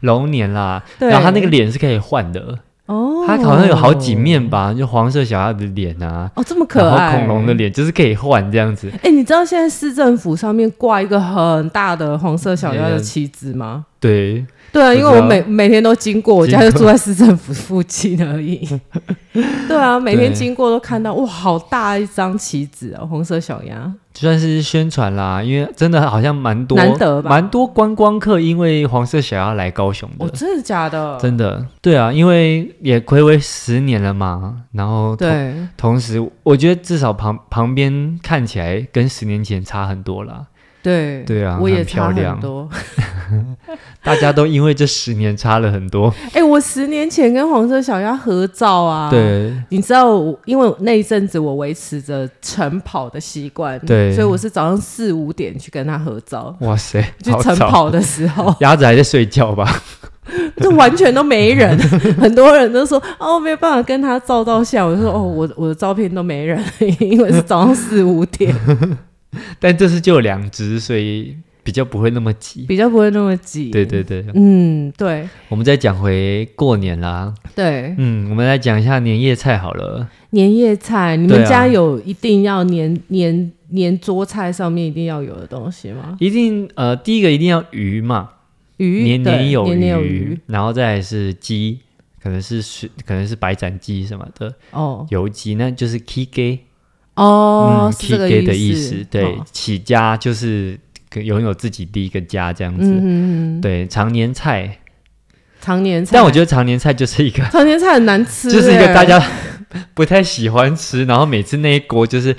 Speaker 2: 龙年啦，
Speaker 1: 对
Speaker 2: 然后它那个脸是可以换的，
Speaker 1: 哦，
Speaker 2: 它好像有好几面吧，就黄色小鸭的脸啊，
Speaker 1: 哦，这么可
Speaker 2: 然
Speaker 1: 爱。
Speaker 2: 后恐龙的。脸就是可以换这样子，
Speaker 1: 哎，你知道现在市政府上面挂一个很大的黄色小鸭的旗子吗？
Speaker 2: 嗯对，
Speaker 1: 对啊，因为
Speaker 2: 不知
Speaker 1: 我
Speaker 2: 道
Speaker 1: 每每天都经过，我
Speaker 2: 经
Speaker 1: 家
Speaker 2: 过
Speaker 1: 就住在市政府附近而已。 *laughs* 对啊，每天
Speaker 2: 对
Speaker 1: 经过都看到，哇，好大一张旗子哦，红色小鸭。
Speaker 2: 就算是宣传啦，因为真的好像蛮多
Speaker 1: 难得吧
Speaker 2: 蛮多观光客因为黄色小鸭来高雄的
Speaker 1: 哦，，真的假的？
Speaker 2: 真的，对啊，因为也暌违十年了嘛，然后同
Speaker 1: 对。
Speaker 2: 同时，我觉得至少旁旁边看起来跟十年前差很多啦。
Speaker 1: 对
Speaker 2: 对啊
Speaker 1: 我也
Speaker 2: 很
Speaker 1: 差
Speaker 2: 漂亮
Speaker 1: 很多。
Speaker 2: 大家都因为这十年差了很多，
Speaker 1: 哎、我十年前跟黄色小鸭合照 *laughs* 啊。，
Speaker 2: 对
Speaker 1: 你知道我，因为那一阵子我维持着晨跑的习惯，
Speaker 2: 对
Speaker 1: 所以我是早上四五点去跟他合照。
Speaker 2: 哇塞，
Speaker 1: 去
Speaker 2: 好
Speaker 1: 晨
Speaker 2: 早，，
Speaker 1: 跑的时候
Speaker 2: *laughs* 鸭子还在睡觉吧？ *laughs*
Speaker 1: 就完全都没人，很多人都说哦，没有办法跟他照到相。我就说哦，我我的照片都没人， *laughs* 因为是早上四五
Speaker 2: *laughs*
Speaker 1: 点，
Speaker 2: 但这次就有两只，所以比较不会那么急。
Speaker 1: 比较不会那么挤。
Speaker 2: 对，对对，
Speaker 1: 嗯，对
Speaker 2: 我们再讲回过年啦，
Speaker 1: 对，
Speaker 2: 嗯，我们来讲一下年夜菜好了。
Speaker 1: 年夜菜，你
Speaker 2: 对
Speaker 1: 们
Speaker 2: 啊
Speaker 1: 家有一定要年年年桌菜上面一定要有的东西吗？
Speaker 2: 一定呃，第一个一定要鱼嘛，
Speaker 1: 鱼，
Speaker 2: 年
Speaker 1: 对
Speaker 2: 年有
Speaker 1: 年
Speaker 2: 余，
Speaker 1: 年有余
Speaker 2: 然后再来是鸡，可能是水，可能是白斩鸡什么的，
Speaker 1: 哦
Speaker 2: 油鸡那就是 K G，
Speaker 1: 哦，是这
Speaker 2: ，K
Speaker 1: 个
Speaker 2: G 嗯的
Speaker 1: 意
Speaker 2: 思，对
Speaker 1: 哦，
Speaker 2: 起家就是可拥有自己第一个家这样
Speaker 1: 嗯
Speaker 2: 子，
Speaker 1: 嗯嗯，嗯
Speaker 2: 对，常年菜，
Speaker 1: 常年菜，
Speaker 2: 但我觉得常年菜就是一个，
Speaker 1: 常年菜很难吃欸，
Speaker 2: 就是一个大家 *laughs* 不太喜欢吃，然后每次那一锅就是。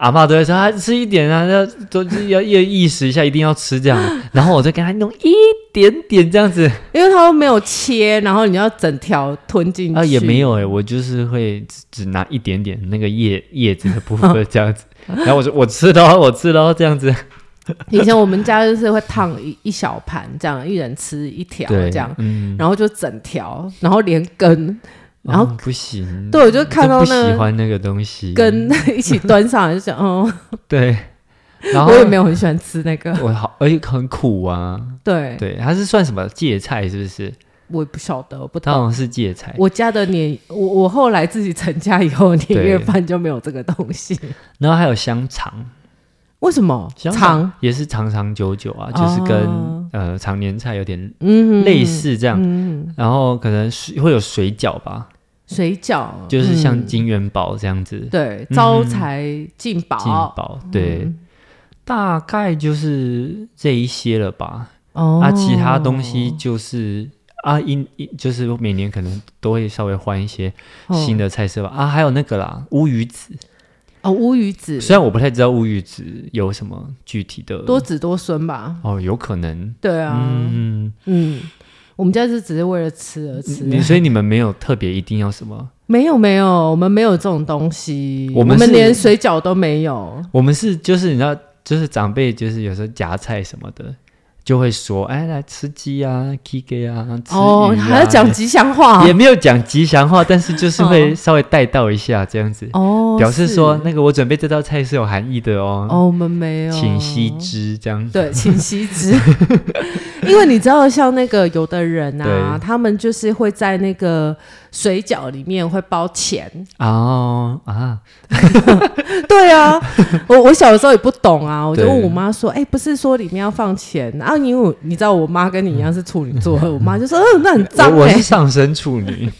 Speaker 2: 阿嬷都会说：“啊，吃一点啊，要都是要要意识一下，一定要吃这样。”然后我就给他弄一点点这样子，
Speaker 1: 因为它都没有切，然后你要整条吞进去，
Speaker 2: 啊，也没有哎、
Speaker 1: 嗯
Speaker 2: 我就是会只只拿一点点那个叶叶子的部分
Speaker 1: *laughs*
Speaker 2: 这样子，然后我说我吃喽，我吃喽这样子，
Speaker 1: 以前我们家就是会烫一一小盘这样，一人吃一条
Speaker 2: 对，
Speaker 1: 这样，
Speaker 2: 嗯，
Speaker 1: 然后就整条，然后连根，然后
Speaker 2: 哦不行，
Speaker 1: 对我就看到
Speaker 2: 真不喜
Speaker 1: 那
Speaker 2: 欢那个东西，
Speaker 1: 根 *laughs* 一起端上来就想，哦， *laughs*
Speaker 2: 对，然后
Speaker 1: 我也没有很喜欢吃那个，
Speaker 2: 我好，而且很苦啊，
Speaker 1: 对，
Speaker 2: 对，它是算什么芥菜是不是？
Speaker 1: 我也不晓得，我不
Speaker 2: 它
Speaker 1: 懂
Speaker 2: 好。像是芥菜，
Speaker 1: 我家的年，我我后来自己成家以后，年夜饭就没有这个东西。
Speaker 2: 然后还有香肠，
Speaker 1: 为什么？
Speaker 2: 香
Speaker 1: 长，
Speaker 2: 也是长长久久啊，就是跟、
Speaker 1: 哦
Speaker 2: 呃常年菜有点
Speaker 1: 嗯，
Speaker 2: 类似这样，
Speaker 1: 嗯，
Speaker 2: 然后可能是会有水饺吧，
Speaker 1: 水饺
Speaker 2: 就是像
Speaker 1: 嗯
Speaker 2: 金元宝这样子。
Speaker 1: 对
Speaker 2: 嗯
Speaker 1: 招财进
Speaker 2: 进
Speaker 1: 宝嗯
Speaker 2: 宝，对，大概就是这一些了吧。
Speaker 1: 哦
Speaker 2: 啊，其他东西就是啊，一一就是每年可能都会稍微换一些新
Speaker 1: 的
Speaker 2: 的菜色吧。啊，还有那个啦，乌鱼子，
Speaker 1: 哦，乌鱼子
Speaker 2: 虽然我不太知道乌鱼子有什么具体的
Speaker 1: 多子多孙吧？
Speaker 2: 哦，有可能，
Speaker 1: 对啊，
Speaker 2: 嗯，
Speaker 1: 嗯，我们家是只是为了吃而吃。
Speaker 2: 你所以你们没有特别一定要什么？
Speaker 1: 没有没有，我们没有这种东西，
Speaker 2: 我
Speaker 1: 我
Speaker 2: 们是
Speaker 1: 连水饺都没有。
Speaker 2: 我们是就是你知道，就是长辈就是有时候夹菜什么的，就会说，哎，来吃鸡啊，K 啊，吃鱼啊
Speaker 1: 哦，还要讲啊吉祥话
Speaker 2: 也没有讲吉祥话，但是就是会稍微带到一下这样子，
Speaker 1: 哦，
Speaker 2: 表示说
Speaker 1: 是
Speaker 2: 那个我准备这道菜是有含义的哦，
Speaker 1: 哦，我们没有，
Speaker 2: 请惜之这样。 *laughs*
Speaker 1: 对，请吸脂， *laughs* 因为你知道，像那个有的人啊，他们就是会在那个水饺里面会包钱。
Speaker 2: *laughs* 哦啊，
Speaker 1: 对啊，我我小的时候也不懂啊，我就
Speaker 2: 对
Speaker 1: 问我妈说：“哎、不是说里面要放钱啊？”因为我你知道，我妈跟你一样是处女
Speaker 2: *laughs*
Speaker 1: 座，我妈就说：“嗯、那很脏
Speaker 2: 我我
Speaker 1: 哎、
Speaker 2: 是上升处女，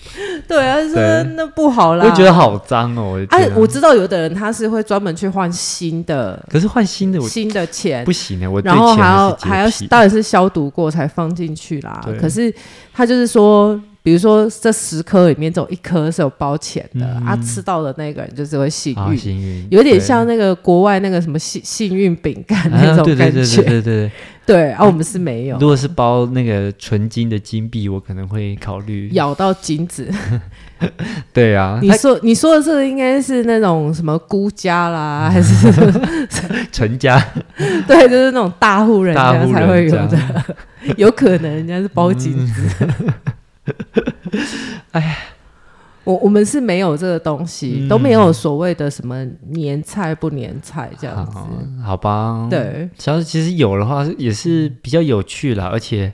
Speaker 1: 对啊，她就说
Speaker 2: 对
Speaker 1: 那不 *laughs* 好
Speaker 2: 我
Speaker 1: 啦。
Speaker 2: 就觉得好脏哦，我的
Speaker 1: 啊
Speaker 2: 天啊！，
Speaker 1: 我知道有的人他是会专门去换新的
Speaker 2: 可是换新的我
Speaker 1: 新的钱
Speaker 2: 不，行欸呢，我对
Speaker 1: 然后
Speaker 2: 钱
Speaker 1: 还要
Speaker 2: 是洁
Speaker 1: 还要
Speaker 2: 癖
Speaker 1: 当然是消毒过才放进去啦
Speaker 2: 对。
Speaker 1: 可是他就是说，比如说这十颗里面只有一颗是有包钱的，
Speaker 2: 嗯
Speaker 1: 啊，吃到的那个人就是会幸
Speaker 2: 啊
Speaker 1: 运，
Speaker 2: 幸运，
Speaker 1: 有点
Speaker 2: 对
Speaker 1: 像那个国外那个什么幸幸运饼干那种感
Speaker 2: 啊、对对对
Speaker 1: 觉。
Speaker 2: 对对
Speaker 1: 对啊，我们是没
Speaker 2: 对。
Speaker 1: 有
Speaker 2: 如果是包那个纯金的金币，我可能会考虑。
Speaker 1: 咬到金子。
Speaker 2: 啊对啊，
Speaker 1: 你说你说的这个应该是那种什么孤家
Speaker 2: *laughs*
Speaker 1: 啦，还是
Speaker 2: 它陈家
Speaker 1: 对，就是那种大户 *laughs* 人
Speaker 2: 大
Speaker 1: 家
Speaker 2: 户
Speaker 1: 才会
Speaker 2: 人
Speaker 1: 有
Speaker 2: 家，
Speaker 1: 的， *laughs* 有可能人家是包金子。
Speaker 2: 嗯
Speaker 1: *laughs* 哎我我们是没有这个东西，
Speaker 2: 嗯
Speaker 1: 都没有所谓的什么年菜不年菜这样子。
Speaker 2: 好好吧？，
Speaker 1: 对，
Speaker 2: 小时其实有的话也是比较有趣啦，而且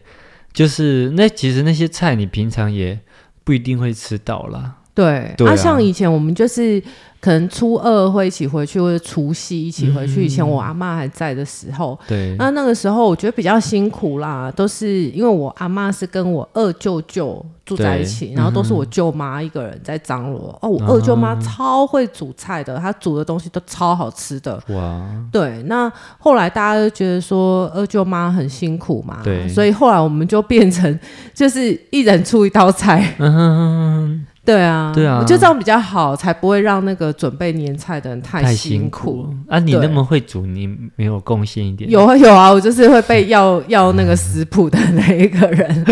Speaker 2: 就是那其实那些菜你平常也不一定会吃到啦。
Speaker 1: 对，
Speaker 2: 对啊
Speaker 1: 像以前我们就是可能初二会一起回去，或者除夕一起回去。
Speaker 2: 嗯
Speaker 1: 以前我阿妈还在的时候，
Speaker 2: 对，
Speaker 1: 那那个时候我觉得比较辛苦啦，都是因为我阿妈是跟我二舅舅住在一起
Speaker 2: 对，
Speaker 1: 然后都是我舅妈一个人在张罗。哦，我二舅妈
Speaker 2: 啊
Speaker 1: 超会煮菜的，她煮的东西都超好吃的。
Speaker 2: 哇，
Speaker 1: 对，那后来大家都觉得说二舅妈很辛苦嘛，
Speaker 2: 对
Speaker 1: 所以后来我们就变成就是一人出一道菜， *laughs*
Speaker 2: 嗯哼哼
Speaker 1: 对啊，
Speaker 2: 对啊
Speaker 1: 我觉得这样比较好，才不会让那个准备年菜的人
Speaker 2: 哼，
Speaker 1: 太
Speaker 2: 太
Speaker 1: 辛
Speaker 2: 辛
Speaker 1: 苦。
Speaker 2: 苦啊！你
Speaker 1: 对
Speaker 2: 那么会煮，你没有贡献一点？
Speaker 1: 有啊有啊，我就是会被要要那个食谱的那一个
Speaker 2: *laughs*
Speaker 1: 人，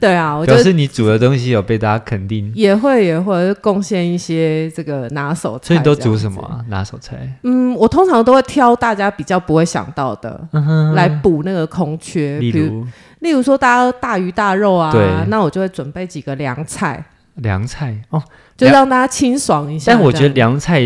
Speaker 1: 对啊，我就
Speaker 2: 表示你煮的东西有被大家肯定，
Speaker 1: 也会也会贡献一些这个拿手菜。
Speaker 2: 所以你都煮什么、？啊、拿手菜？
Speaker 1: 嗯，我通常都会挑大家比较不会想到的。
Speaker 2: 嗯哼，
Speaker 1: 来补那个空缺，
Speaker 2: 例
Speaker 1: 比如
Speaker 2: 如
Speaker 1: 例如说大家大鱼大肉啊
Speaker 2: 对，
Speaker 1: 那我就会准备几个凉菜，
Speaker 2: 凉菜哦，
Speaker 1: 就
Speaker 2: 凉
Speaker 1: 让大家清爽一下。
Speaker 2: 但我觉得
Speaker 1: 这样
Speaker 2: 凉菜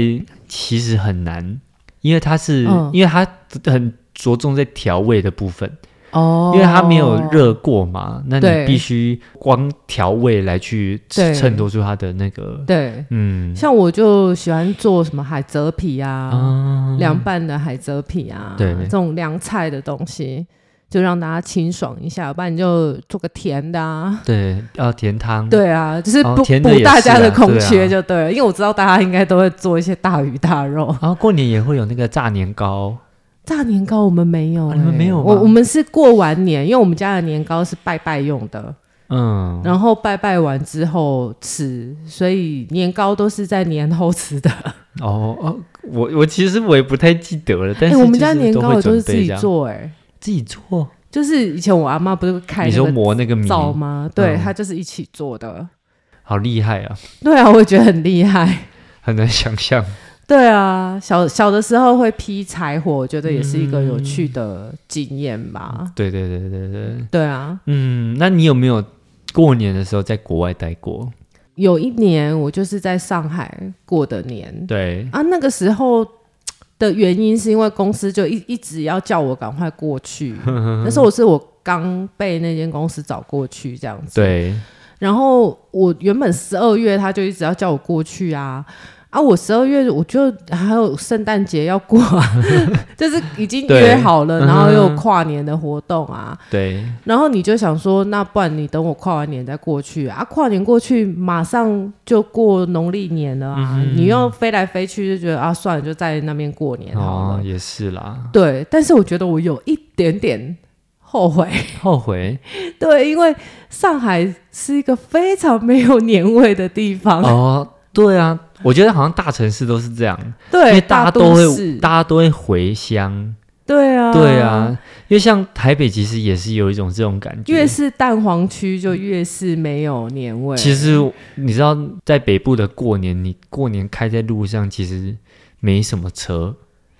Speaker 2: 其实很难，因为它是、
Speaker 1: 嗯
Speaker 2: 因为它很着重在调味的部分，
Speaker 1: 哦，
Speaker 2: 因为它没有热过嘛，那你
Speaker 1: 对
Speaker 2: 必须光调味来去
Speaker 1: 对
Speaker 2: 衬托出它的那个
Speaker 1: 对。
Speaker 2: 嗯
Speaker 1: 像我就喜欢做什么海蜇皮啊，
Speaker 2: 啊
Speaker 1: 凉、拌的海蜇皮啊，
Speaker 2: 对
Speaker 1: 这种凉菜的东西，就让大家清爽一下，不然你就做个甜的啊。
Speaker 2: 对要甜汤
Speaker 1: 对啊，就是
Speaker 2: 哦
Speaker 1: 补
Speaker 2: 甜
Speaker 1: 补、
Speaker 2: 的也是啊
Speaker 1: 大家的空
Speaker 2: 对啊
Speaker 1: 缺就对了，因为我知道大家应该都会做一些大鱼大肉。
Speaker 2: 然后啊过年也会有那个炸年糕，
Speaker 1: 炸年糕我们没有、
Speaker 2: 啊
Speaker 1: 欸，
Speaker 2: 你们没有吗
Speaker 1: 我我们是过完年，因为我们家的年糕是拜拜用的，
Speaker 2: 嗯，
Speaker 1: 然后拜拜完之后吃，所以年糕都是在年后吃的。
Speaker 2: 哦哦，我我其实我也不太记得了，但
Speaker 1: 哎、
Speaker 2: 是
Speaker 1: 我们
Speaker 2: 就
Speaker 1: 家
Speaker 2: 是
Speaker 1: 年
Speaker 2: 都
Speaker 1: 糕
Speaker 2: 会
Speaker 1: 我都
Speaker 2: 准
Speaker 1: 是自
Speaker 2: 备
Speaker 1: 己
Speaker 2: 这样
Speaker 1: 做、哎，
Speaker 2: 自己做，
Speaker 1: 就是以前我阿妈不是开
Speaker 2: 你
Speaker 1: 那
Speaker 2: 说
Speaker 1: 个
Speaker 2: 磨那个米，
Speaker 1: 灶吗？对，
Speaker 2: 嗯
Speaker 1: 她就是一起做的。
Speaker 2: 好厉害啊，
Speaker 1: 对啊，我也觉得很厉害。
Speaker 2: 很难想象。
Speaker 1: 对啊，小小的时候会劈柴火，我觉得也是一个有趣的经验吧。
Speaker 2: 对对对对对，
Speaker 1: 对啊，
Speaker 2: 嗯，那你有没有过年的时候在国外待过？
Speaker 1: 有一年我就是在上海过的年
Speaker 2: 对，
Speaker 1: 啊，那个时候。的原因是因为公司就一一直要叫我赶快过
Speaker 2: *laughs*
Speaker 1: 去，那时候我是我刚被那间公司找过去这样子，
Speaker 2: 对，
Speaker 1: 然后我原本十二月他就一直要叫我过去啊。啊，我十二月我就还有圣诞节要过啊， *laughs* 就是已经
Speaker 2: 对
Speaker 1: 约好了，
Speaker 2: 嗯哼
Speaker 1: 然后又有跨年的活动啊，
Speaker 2: 对，
Speaker 1: 然后你就想说，那不然你等我跨完年再过去啊，啊跨年过去马上就过农历年了
Speaker 2: 嗯
Speaker 1: 啊，你又飞来飞去就觉得啊，算了，就在那边过年好
Speaker 2: 哦
Speaker 1: 了。，
Speaker 2: 也是啦，
Speaker 1: 对，但是我觉得我有一点点后悔，
Speaker 2: 后悔
Speaker 1: 对，因为上海是一个非常没有年味的地方，
Speaker 2: 哦，对啊，我觉得好像大城市都是这样，因
Speaker 1: 对，
Speaker 2: 为大家
Speaker 1: 大
Speaker 2: 都
Speaker 1: 都
Speaker 2: 会，
Speaker 1: 市，
Speaker 2: 大家都会回乡，
Speaker 1: 对啊，
Speaker 2: 对，啊，因为像台北其实也是有一种这种感觉。
Speaker 1: 越是蛋黄区，就越是没有年味。
Speaker 2: 其实你知道，在北部的过年，你过年开在路上其实没什么车，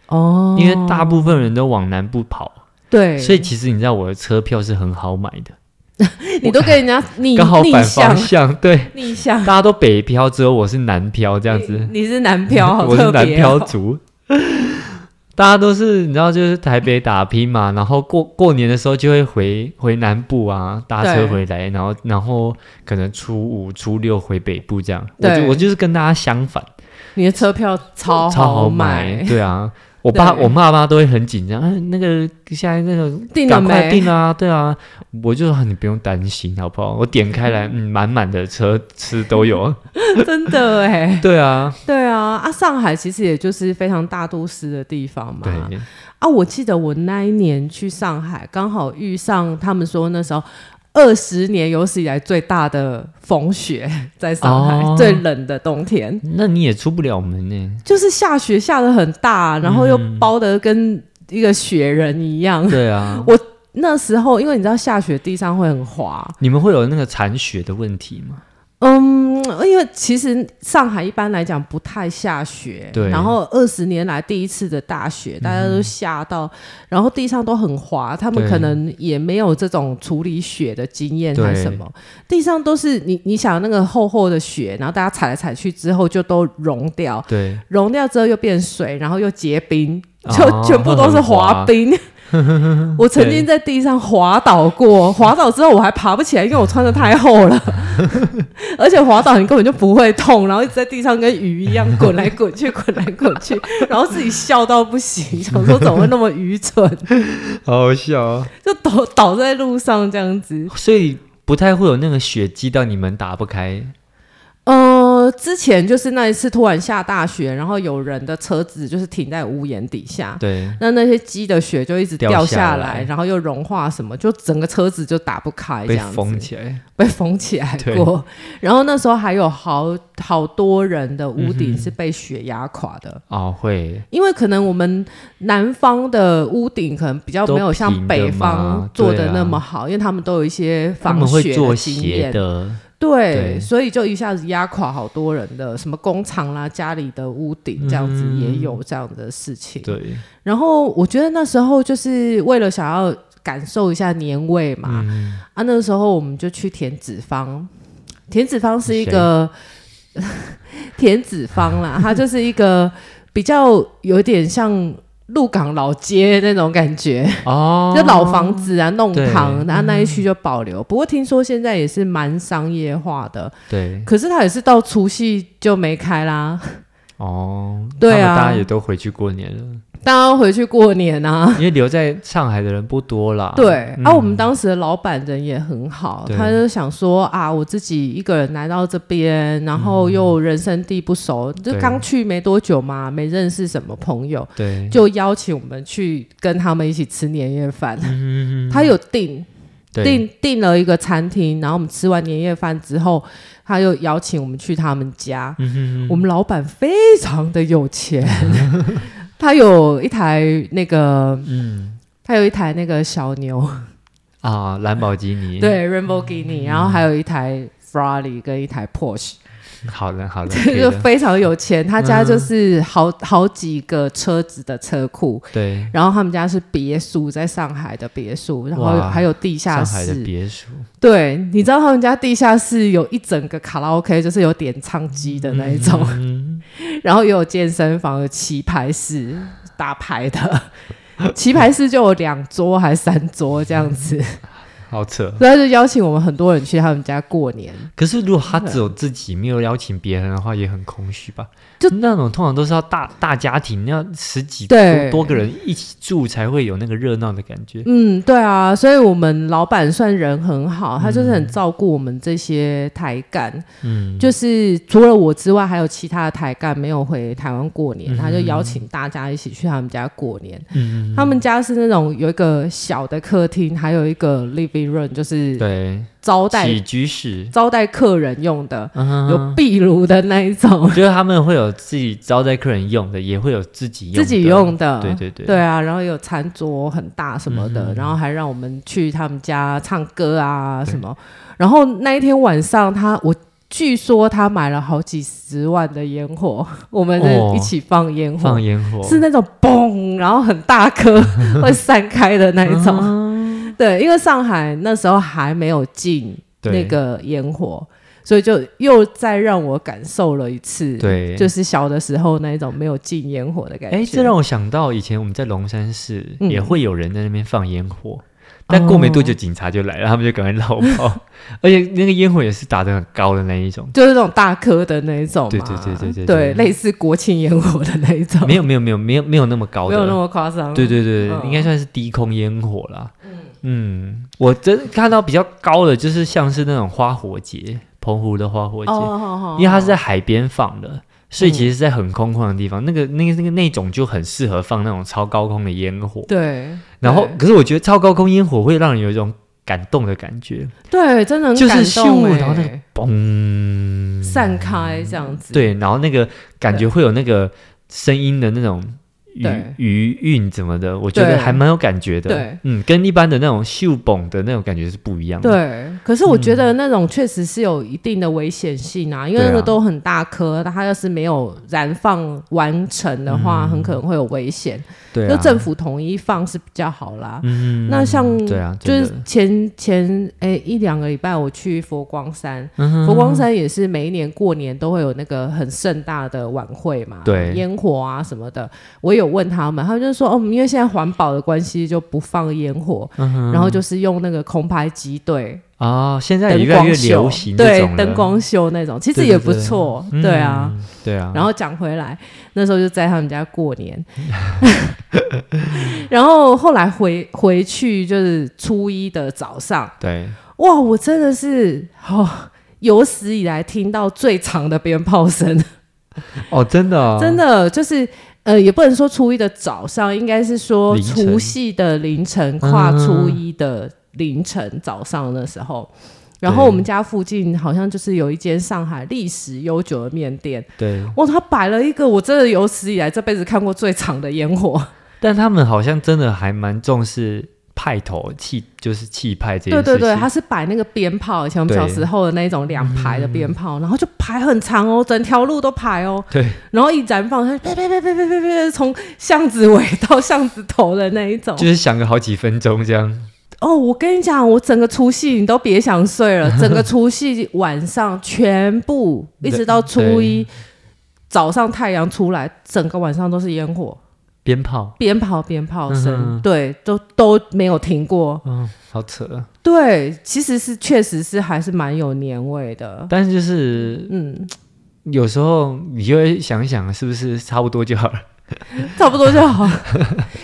Speaker 1: 哦，
Speaker 2: 因为大部分人都往南部跑，
Speaker 1: 对，
Speaker 2: 所以其实你知道我的车票是很好买的，
Speaker 1: 你都跟人
Speaker 2: *laughs*
Speaker 1: 家逆
Speaker 2: 刚好
Speaker 1: 逆
Speaker 2: 反方
Speaker 1: 向
Speaker 2: 向，对，
Speaker 1: 逆向
Speaker 2: 大，家都北漂，只有我是南漂这样子。
Speaker 1: 你是南漂，好
Speaker 2: *laughs* 我是
Speaker 1: 特
Speaker 2: 南
Speaker 1: 别
Speaker 2: 漂
Speaker 1: 哦。
Speaker 2: 族，大家都是你知道，就是台北打拼嘛，然后过过年的时候就会回回南部啊，搭车
Speaker 1: 对
Speaker 2: 回来，然后然后可能初五初六回北部这样。我就
Speaker 1: 对
Speaker 2: 我就是跟大家相反，
Speaker 1: 你的车票超
Speaker 2: 超好
Speaker 1: 买，*laughs*
Speaker 2: 对啊。我爸
Speaker 1: 对
Speaker 2: 我妈妈都会很紧张，啊，那个现在那个
Speaker 1: 定了
Speaker 2: 赶快
Speaker 1: 没？
Speaker 2: 订啊，对啊，我就说啊你不用担心好不好？我点开
Speaker 1: *laughs*
Speaker 2: 来，嗯，满满的车吃都有，
Speaker 1: 真的哎，
Speaker 2: *laughs* 对啊，
Speaker 1: 对啊，啊，上海其实也就是非常大都市的地方嘛。
Speaker 2: 对，
Speaker 1: 啊，我记得我那一年去上海，刚好遇上他们说那时候二十年有史以来最大的风雪，在上海、
Speaker 2: 哦
Speaker 1: 最冷的冬天，
Speaker 2: 那你也出不了门呢、
Speaker 1: *laughs* 就是下雪下的很大，然后又包的跟一个雪人一样。
Speaker 2: 嗯对啊，
Speaker 1: 那时候因为你知道下雪地上会很滑，
Speaker 2: 你们会有那个残雪的问题吗？
Speaker 1: 嗯，因为其实上海一般来讲不太下雪，
Speaker 2: 对
Speaker 1: 然后二十年来第一次的大雪，大家都吓到，然后地上都很滑，他们
Speaker 2: 对
Speaker 1: 可能也没有这种处理雪的经验还是什么，地上都是你你想那个厚厚的雪，然后大家踩来踩去之后就都融掉，
Speaker 2: 对，
Speaker 1: 融掉之后又变水，然后又结冰，
Speaker 2: 哦
Speaker 1: 就、全部都是滑冰。 *laughs* 我曾
Speaker 2: 对
Speaker 1: 经在地上滑倒过，滑倒之后我还爬不起来，因为我穿的太厚了，而且滑倒你根本就不会痛，然后一直在地上跟鱼一样滚来滚去，滚来滚去，然后自己笑到不行，想说怎么会那么愚蠢，
Speaker 2: 好好笑、啊。
Speaker 1: 就倒倒在路上这样子。
Speaker 2: 所以不太会有那个雪积到你们打不开。
Speaker 1: 呃，之前就是那一次突然下大雪，然后有人的车子就是停在屋檐底下，
Speaker 2: 对，
Speaker 1: 那那些鸡的血就一直
Speaker 2: 掉
Speaker 1: 掉
Speaker 2: 下
Speaker 1: 下
Speaker 2: 来
Speaker 1: 来，然后又融化什么，就整个车子就打不开，这
Speaker 2: 被
Speaker 1: 样子
Speaker 2: 封起来。
Speaker 1: 被封起来
Speaker 2: 对
Speaker 1: 过。然后那时候还有好好多人的屋顶是被雪压垮的，
Speaker 2: 哦，会
Speaker 1: 因为可能我们南方的屋顶可能比较
Speaker 2: 都
Speaker 1: 没有像
Speaker 2: 平的
Speaker 1: 北
Speaker 2: 嘛
Speaker 1: 方做
Speaker 2: 对啊
Speaker 1: 的那么好，因为他们都有一些
Speaker 2: 他
Speaker 1: 防
Speaker 2: 们会
Speaker 1: 雪
Speaker 2: 做
Speaker 1: 的经
Speaker 2: 鞋
Speaker 1: 验，
Speaker 2: 的，
Speaker 1: 对，
Speaker 2: 对
Speaker 1: 所以就一下子压垮好多人的什么工厂啦、家里的屋顶这样子，
Speaker 2: 嗯
Speaker 1: 也有这样的事情。
Speaker 2: 对，
Speaker 1: 然后我觉得那时候就是为了想要感受一下年味嘛，
Speaker 2: 嗯，
Speaker 1: 啊，那个时候我们就去田子坊，田子坊是一个 *laughs* 田子坊
Speaker 2: *laughs*
Speaker 1: 啦，它就是一个比较有点像。鹿港老街那种感觉，
Speaker 2: 哦，
Speaker 1: 就老房子啊、弄
Speaker 2: 对
Speaker 1: 堂，然后那一区就保留。不过听说现在也是蛮商业化的，
Speaker 2: 对，
Speaker 1: 可是它也是到除夕就没开啦，
Speaker 2: 哦，
Speaker 1: 对啊
Speaker 2: 他们大家也都回去过年了，
Speaker 1: 大家回去过年啊。
Speaker 2: 因为留在上海的人不多啦。
Speaker 1: 对，
Speaker 2: 嗯
Speaker 1: 啊，我们当时的老板人也很好，
Speaker 2: 对
Speaker 1: 他就想说啊，我自己一个人来到这边，然后又人生地不熟，就
Speaker 2: 嗯对
Speaker 1: 刚去没多久嘛，没认识什么朋友，
Speaker 2: 对，
Speaker 1: 就邀请我们去跟他们一起吃年夜饭。
Speaker 2: 嗯
Speaker 1: 他有订
Speaker 2: 对
Speaker 1: 订订了一个餐厅，然后我们吃完年夜饭之后，他又邀请我们去他们家。
Speaker 2: 嗯
Speaker 1: 我们老板非常的有
Speaker 2: *laughs*
Speaker 1: 钱，他有一台那个，
Speaker 2: 嗯
Speaker 1: 他有一台那个小牛。
Speaker 2: 啊，兰博基尼，，
Speaker 1: 对，Rainbow
Speaker 2: 嗯
Speaker 1: Guinea，、然后还有一台 Ferrari 跟一台
Speaker 2: *laughs*
Speaker 1: Porsche，
Speaker 2: 好的好的，可以
Speaker 1: 就
Speaker 2: 的嗯
Speaker 1: 非常有钱。他家就是好、好几个车子的车库，
Speaker 2: 对，
Speaker 1: 然后他们家是别墅，在上海的别墅，然后
Speaker 2: 哇
Speaker 1: 还有地下
Speaker 2: 上海的
Speaker 1: 室。
Speaker 2: 别墅，
Speaker 1: 对，你知道他们家地下室有一整个卡拉 OK，就是有点唱机的那一种，
Speaker 2: 嗯，
Speaker 1: *laughs* 然后也有健身房，有棋牌室打牌的。 *laughs* 棋牌室就有两桌还是三桌这样
Speaker 2: *laughs*
Speaker 1: 子，
Speaker 2: 好扯。
Speaker 1: 所以他就邀请我们很多人去他们家过年。
Speaker 2: 可是如果他只有自己，没有邀请别人的话，也很空虚吧？
Speaker 1: 就
Speaker 2: 那种通常都是要大大家庭，要十几多
Speaker 1: 对
Speaker 2: 多个人一起住才会有那个热闹的感觉。
Speaker 1: 嗯，对啊，所以我们老板算人很好，他就是很照顾我们这些台干，
Speaker 2: 嗯，
Speaker 1: 就是除了我之外，还有其他的台干没有回台湾过年，
Speaker 2: 嗯
Speaker 1: 他就邀请大家一起去他们家过年。
Speaker 2: 嗯，
Speaker 1: 他们家是那种有一个小的客厅，还有一个 living 避润，就是
Speaker 2: 对，
Speaker 1: 招待
Speaker 2: 起居室，
Speaker 1: 招待客人用的，
Speaker 2: 嗯哼
Speaker 1: 有壁炉的那一种，
Speaker 2: 就是他们会有自己招待客人用的，也会有自己用的
Speaker 1: 自己用的，
Speaker 2: 对对嗯对
Speaker 1: 对啊，然后有餐桌很大什么的，然后还让我们去他们家唱歌啊什么。然后那一天晚上他，我据说他买了好几十万的烟火， *laughs* 我们
Speaker 2: 哦
Speaker 1: 一起放烟火，
Speaker 2: 放烟火，
Speaker 1: 是那种嘣，然后很大颗会散开的那一种。
Speaker 2: 啊
Speaker 1: *laughs* 对，因为上海那时候还没有进
Speaker 2: 对
Speaker 1: 那个烟火，所以就又再让我感受了一次，
Speaker 2: 对，
Speaker 1: 就是小的时候那一种没有进烟火的感觉。
Speaker 2: 哎，这让我想到以前我们在龙山寺
Speaker 1: 嗯
Speaker 2: 也会有人在那边放烟火，但过没多久警察就来了，他们就赶快绕
Speaker 1: 哦
Speaker 2: 跑， *laughs* 而且那个烟火也是打得很高的那一种。
Speaker 1: 就是那种大颗的那一种嘛，
Speaker 2: 对对对对
Speaker 1: 对
Speaker 2: 对对
Speaker 1: 类似国庆烟火的那一种，
Speaker 2: 没有没有没有没有没有那么高
Speaker 1: 哦没
Speaker 2: 的，
Speaker 1: 有那么夸张。
Speaker 2: 对对对，
Speaker 1: 嗯
Speaker 2: 应该算是低空烟火啦。嗯，我真看到比较高的，就是像是那种花火节，澎湖的花火节，
Speaker 1: 哦，哦嗯哦哦
Speaker 2: 因为它是在海边放的，所以其实是在很空旷的地方。那个那个那个那种就很适合放那种超高空的烟火。
Speaker 1: 对，
Speaker 2: 然后
Speaker 1: 对，
Speaker 2: 可是我觉得超高空烟火会让人有一种感动的感觉，
Speaker 1: 对，真的很
Speaker 2: 就是
Speaker 1: 感动
Speaker 2: 咻，然后那
Speaker 1: 哎
Speaker 2: 个嘣，
Speaker 1: 散开这样子，
Speaker 2: 对，然后那个感觉会有那个声音的那种余
Speaker 1: 对
Speaker 2: 余韵怎么的，我觉得
Speaker 1: 对
Speaker 2: 还蛮有感觉的。
Speaker 1: 对，
Speaker 2: 嗯，跟一般的那种秀蹦的那种感觉是不一样的。，
Speaker 1: 对，可是我觉得那种确实是有一定的危险性啊，因为
Speaker 2: 对啊
Speaker 1: 那个都很大颗，它要是没有燃放完成的话，很可能会有危险。
Speaker 2: 嗯对
Speaker 1: 就
Speaker 2: 啊，
Speaker 1: 政府统一放是比较好啦。
Speaker 2: 嗯，
Speaker 1: 那像
Speaker 2: 对啊，
Speaker 1: 就
Speaker 2: 真
Speaker 1: 是
Speaker 2: 的
Speaker 1: 前前诶、一两个礼拜我去佛光山，
Speaker 2: 嗯
Speaker 1: 佛光山也是每一年过年都会有那个很盛大的晚会嘛，
Speaker 2: 对
Speaker 1: 烟火啊什么的。我有问他们，他们就说哦，因为现在环保的关系就不放烟火，
Speaker 2: 嗯
Speaker 1: 然后就是用那个空拍机对
Speaker 2: 啊、现在也
Speaker 1: 灯
Speaker 2: 越来越
Speaker 1: 光
Speaker 2: 流
Speaker 1: 秀，
Speaker 2: 行这
Speaker 1: 对
Speaker 2: 种
Speaker 1: 灯
Speaker 2: 了，
Speaker 1: 光秀那种，其实
Speaker 2: 对
Speaker 1: 也
Speaker 2: 对
Speaker 1: 不
Speaker 2: 对
Speaker 1: 错，
Speaker 2: 嗯
Speaker 1: 对啊。，
Speaker 2: 对啊，
Speaker 1: 然后讲回来，那时候就在他们家过年， *laughs* 然后后来回回去就是初一的早上，
Speaker 2: 对，
Speaker 1: 哇，我真的是哦，有史以来听到最长的鞭炮声，
Speaker 2: 哦，真的、哦，
Speaker 1: 真
Speaker 2: 的，
Speaker 1: 的就是呃，也不能说初一的早上，应该是说
Speaker 2: 凌晨
Speaker 1: 除夕的凌晨跨初一的凌晨早上的时候。然后
Speaker 2: 对
Speaker 1: 我们家附近好像就是有一间上海历史悠久的面店，
Speaker 2: 对。
Speaker 1: 哇，他摆了一个我真的有史以来这辈子看过最长的烟火。
Speaker 2: 但他们好像真的还蛮重视派头气，就是气派这件
Speaker 1: 对
Speaker 2: 事
Speaker 1: 对
Speaker 2: 情。
Speaker 1: 对，他是摆那个鞭炮，以前我们
Speaker 2: 对
Speaker 1: 小时候的那种两排的鞭炮，然后就排很长哦，整条路都排哦，
Speaker 2: 对，
Speaker 1: 然后一燃放，它就啪啪啪啪啪啪啪，从巷子尾到巷子头的那一种。
Speaker 2: 就是想个好几分钟这样。
Speaker 1: 哦，我跟你讲，我整个除夕你都别想睡了，整个除夕晚上全部一直到初一早上太阳出来，整个晚上都是烟火。
Speaker 2: 鞭炮，
Speaker 1: 鞭炮鞭炮声，
Speaker 2: 嗯哼
Speaker 1: 对，都都没有停过。
Speaker 2: 嗯，好
Speaker 1: 啊
Speaker 2: 扯。
Speaker 1: 对，其实是确实是还是蛮有年味的。
Speaker 2: 但是就是
Speaker 1: 嗯，
Speaker 2: 有时候你就会想一想，是不是差不多就好了？
Speaker 1: 差不多就
Speaker 2: *laughs*
Speaker 1: 好了。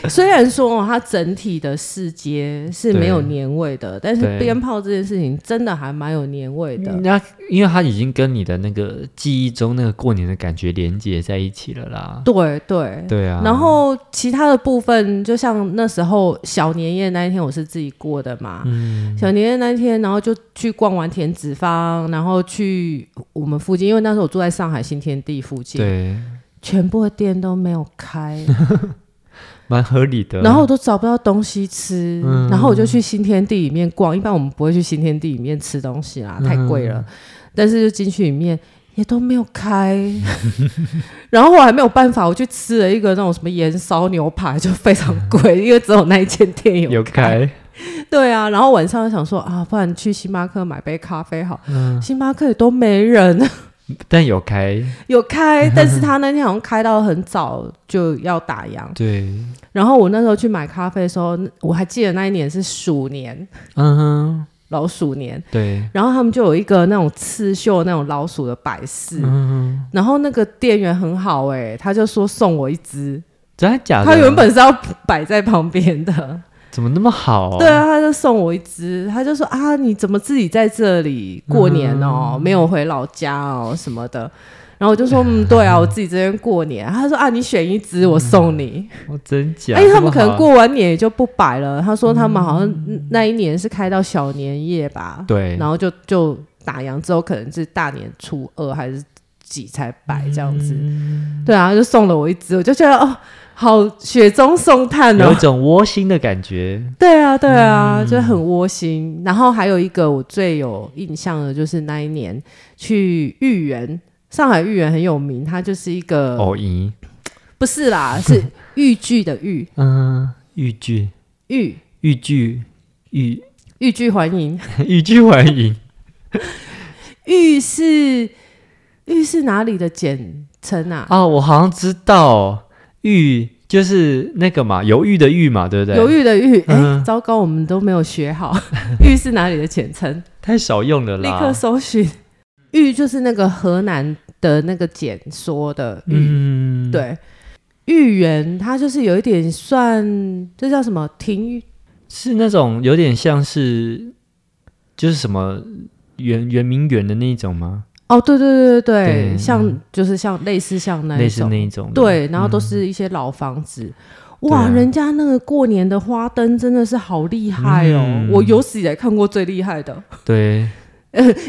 Speaker 1: 虽然说、哦、它整体的市街是没有年味的，但是
Speaker 2: 对嗯
Speaker 1: 鞭炮这件事情真的还蛮有年味的。
Speaker 2: 那因为它已经跟你的那个记忆中那个过年的感觉连接在一起了啦。
Speaker 1: 对对。
Speaker 2: 对啊，
Speaker 1: 然后其他的部分，就像那时候小年夜那一天，我是自己过的嘛。
Speaker 2: 嗯
Speaker 1: 小年夜那一天，然后就去逛完田子坊，然后去我们附近，因为那时候我住在上海新天地附近，
Speaker 2: 对，
Speaker 1: 全部的店都没有开，
Speaker 2: 蛮合理的。
Speaker 1: 然后我都找不到东西吃，
Speaker 2: 啊嗯
Speaker 1: 然后我就去新天地里面逛。一般我们不会去新天地里面吃东西啊啦，太贵了。但是就进去里面也都没有开， *laughs* 然后我还没有办法，我去吃了一个那种什么盐烧牛排，就非常贵，因为只有那一间店有
Speaker 2: 有开，
Speaker 1: 对啊，然后晚上就想说啊，不然去星巴克买杯咖啡好，星巴克也都没人， *laughs*
Speaker 2: 但有开，
Speaker 1: 有开，但是他那天好像开到很早就要打烊。
Speaker 2: 对，
Speaker 1: 然后我那时候去买咖啡的时候，我还记得那一年是鼠年，
Speaker 2: 嗯哼，
Speaker 1: 老鼠年。
Speaker 2: 对，
Speaker 1: 然后他们就有一个那种刺绣那种老鼠的摆饰，
Speaker 2: 嗯哼，
Speaker 1: 然后那个店员很好哎、他就说送我一只，
Speaker 2: 真的假的？
Speaker 1: 他原本是要摆在旁边的，
Speaker 2: 怎么那么好？
Speaker 1: 对啊，他就送我一只，他就说啊，你怎么自己在这里过年哦，没有回老家哦什么的。然后我就说，嗯，对啊，我自己这边过年。然后他说啊，你选一只，我送你。
Speaker 2: 我真假？
Speaker 1: 哎，他们
Speaker 2: 这么
Speaker 1: 可能
Speaker 2: 好啊嗯
Speaker 1: 过完年也就不摆了。他说他们好像那一年是开到小年夜吧，
Speaker 2: 对，
Speaker 1: 然后就就打烊之后，可能是大年初二还是几才摆这样子。
Speaker 2: 嗯
Speaker 1: 对啊，就送了我一只，我就觉得哦，好雪中送炭
Speaker 2: 有嗯
Speaker 1: 哦
Speaker 2: 一。种窝心的感觉。
Speaker 1: 对啊，对啊，就很窝心。然后还有一个我最有印象的就是那一年去豫园，上海豫园很有名，它就是一个、
Speaker 2: 哦咦，
Speaker 1: 不是啦，是豫剧的豫
Speaker 2: 嗯，豫剧，
Speaker 1: 豫
Speaker 2: 豫剧， *laughs* 豫
Speaker 1: 豫剧欢迎
Speaker 2: 豫剧欢迎。
Speaker 1: 豫是豫是哪里的简称啊？
Speaker 2: 哦，我好像知道，豫就是那个嘛，犹豫的豫嘛，对不对？
Speaker 1: 犹豫的豫，哎、
Speaker 2: 嗯
Speaker 1: 糟糕，我们都没有学好。 *laughs* 豫是哪里的简称？
Speaker 2: 太少用了
Speaker 1: 立刻
Speaker 2: 啦。
Speaker 1: 搜寻。豫就是那个河南的那个简说的豫，
Speaker 2: 嗯，，
Speaker 1: 对。豫园它就是有一点算，这叫什么庭
Speaker 2: 是那种有点像是就是什么圆圆明园的那一种吗？
Speaker 1: 哦，对对对对对，
Speaker 2: 对
Speaker 1: 像就是像类似像那
Speaker 2: 类
Speaker 1: 一
Speaker 2: 似
Speaker 1: 种，
Speaker 2: 那一种的。嗯
Speaker 1: 对，然后都是一些老房子。
Speaker 2: 对
Speaker 1: 哇，
Speaker 2: 啊
Speaker 1: 人家那个过年的花灯真的是好厉害哦！
Speaker 2: 嗯
Speaker 1: 我有史以来看过最厉害的，呃
Speaker 2: 对，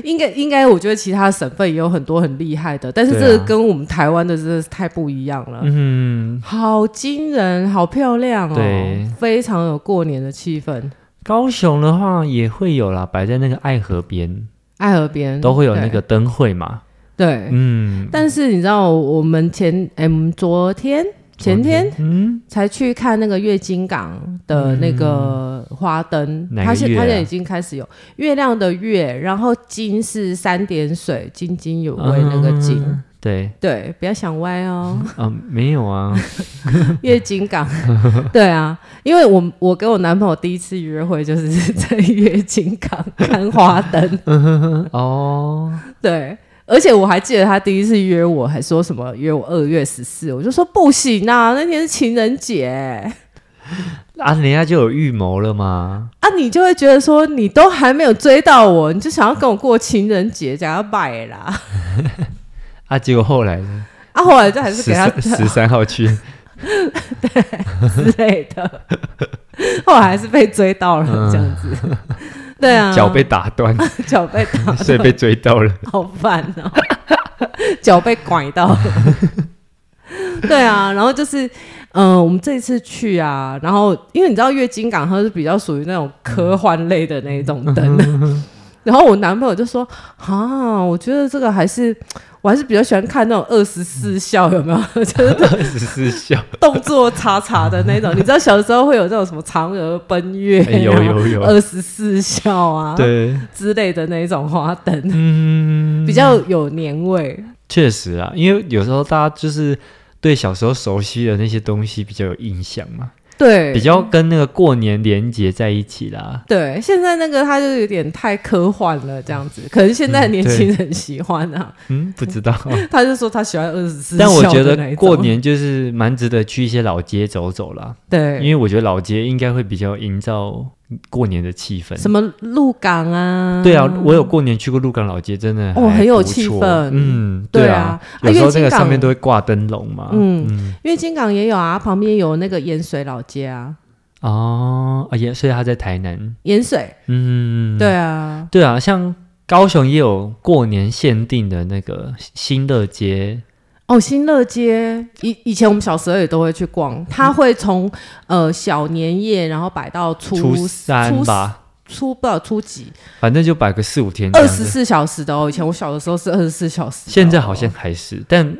Speaker 1: 应该应该，我觉得其他省份也有很多很厉害的，但是
Speaker 2: 对
Speaker 1: 这个
Speaker 2: 啊
Speaker 1: 跟我们台湾的真的是太不一样了，
Speaker 2: 嗯，
Speaker 1: *laughs* 好惊人，好漂亮
Speaker 2: 对
Speaker 1: 哦，非常有过年的气氛。
Speaker 2: 高雄的话也会有啦，摆在那个爱河边
Speaker 1: 爱河边
Speaker 2: 都会有那个灯会嘛。
Speaker 1: 对，嗯对
Speaker 2: 嗯，
Speaker 1: 但是你知道我们前哎我们昨天前天
Speaker 2: 嗯，
Speaker 1: 才去看那个月经港的那个花灯，
Speaker 2: 嗯哪个
Speaker 1: 它现
Speaker 2: 月啊
Speaker 1: 它现在已经开始有月亮的月，然后金是三点水，津津有味那个津。
Speaker 2: 嗯对，
Speaker 1: 对，不要想歪哦。 *laughs*
Speaker 2: 嗯，没有啊， *laughs*
Speaker 1: 月经港， *laughs* 对啊，因为我我跟我男朋友第一次约会就是在月经港看花灯， *laughs*
Speaker 2: 哦，
Speaker 1: 对，而且我还记得他第一次约我还说什么约我二月十四，我就说不行啊，那天是情人节
Speaker 2: 啊，人家就有预谋了嘛。
Speaker 1: 啊，你就会觉得说你都还没有追到我，你就想要跟我过情人节，想要拜啦， *laughs*
Speaker 2: 啊，结果后来呢？
Speaker 1: 啊，后来就还是给他 *laughs*
Speaker 2: 十三号去，
Speaker 1: 之类的， *laughs* 后来还是被追到了这样子，对啊，
Speaker 2: 脚被打断，
Speaker 1: *laughs* 脚被打
Speaker 2: 所以被追到了。
Speaker 1: *laughs* 好烦哦，脚被拐到。 *laughs* 对啊，然后就是，嗯、我们这一次去啊，然后因为你知道月经港它是比较属于那种
Speaker 2: 嗯
Speaker 1: 科幻类的那一种灯，然后我男朋友就说啊，我觉得这个还是我还是比较喜欢看那种二十四
Speaker 2: 嗯
Speaker 1: 孝有没有， *laughs* 就是
Speaker 2: 二十
Speaker 1: *laughs*
Speaker 2: 四孝，
Speaker 1: 动作查查的那种。你知道小时候会有这种什么嫦娥奔月、
Speaker 2: 哎有有有
Speaker 1: 二十四孝啊，
Speaker 2: 对，
Speaker 1: 之类的那一种花灯，
Speaker 2: 嗯，
Speaker 1: 比较有年味。
Speaker 2: 确实啊，因为有时候大家就是对小时候熟悉的那些东西比较有印象嘛，
Speaker 1: 对，
Speaker 2: 比较跟那个过年连结在一起啦。
Speaker 1: 对。现在那个它就有点太科幻了，这样子，可能现在年轻人喜欢啊，
Speaker 2: 嗯，
Speaker 1: *laughs*
Speaker 2: 不知道，
Speaker 1: 他就说他喜欢二十四，
Speaker 2: 但我觉得过年就是蛮值得去一些老街走走啦，因
Speaker 1: 对
Speaker 2: 为我觉得老街应该会比较营造过年的气氛。
Speaker 1: 什么鹿港啊，
Speaker 2: 对啊，我有过年去过鹿港老街，真的
Speaker 1: 哦
Speaker 2: 还
Speaker 1: 很有
Speaker 2: 不错
Speaker 1: 气氛
Speaker 2: 嗯，
Speaker 1: 对
Speaker 2: 啊
Speaker 1: 啊，
Speaker 2: 有
Speaker 1: 啊
Speaker 2: 时
Speaker 1: 月
Speaker 2: 候那
Speaker 1: 经
Speaker 2: 个上
Speaker 1: 港
Speaker 2: 面都会挂灯笼嘛。
Speaker 1: 嗯因为金港也有啊，旁边有那个盐水老街啊，
Speaker 2: 哦，啊也，所以他在台南。
Speaker 1: 盐水，
Speaker 2: 嗯，
Speaker 1: 对啊，
Speaker 2: 对啊，像高雄也有过年限定的那个新乐街，
Speaker 1: 哦，新乐街以以前我们小时候也都会去
Speaker 2: 嗯
Speaker 1: 逛，它会从呃小年夜，然后摆到初
Speaker 2: 初三
Speaker 1: 初
Speaker 2: 吧，
Speaker 1: 初不知道初几，
Speaker 2: 反正就摆个四五天这
Speaker 1: 二
Speaker 2: 样
Speaker 1: 十
Speaker 2: 子。
Speaker 1: 四小时的哦。以前我小的时候是二十四小时的哦，
Speaker 2: 现在好像还是，但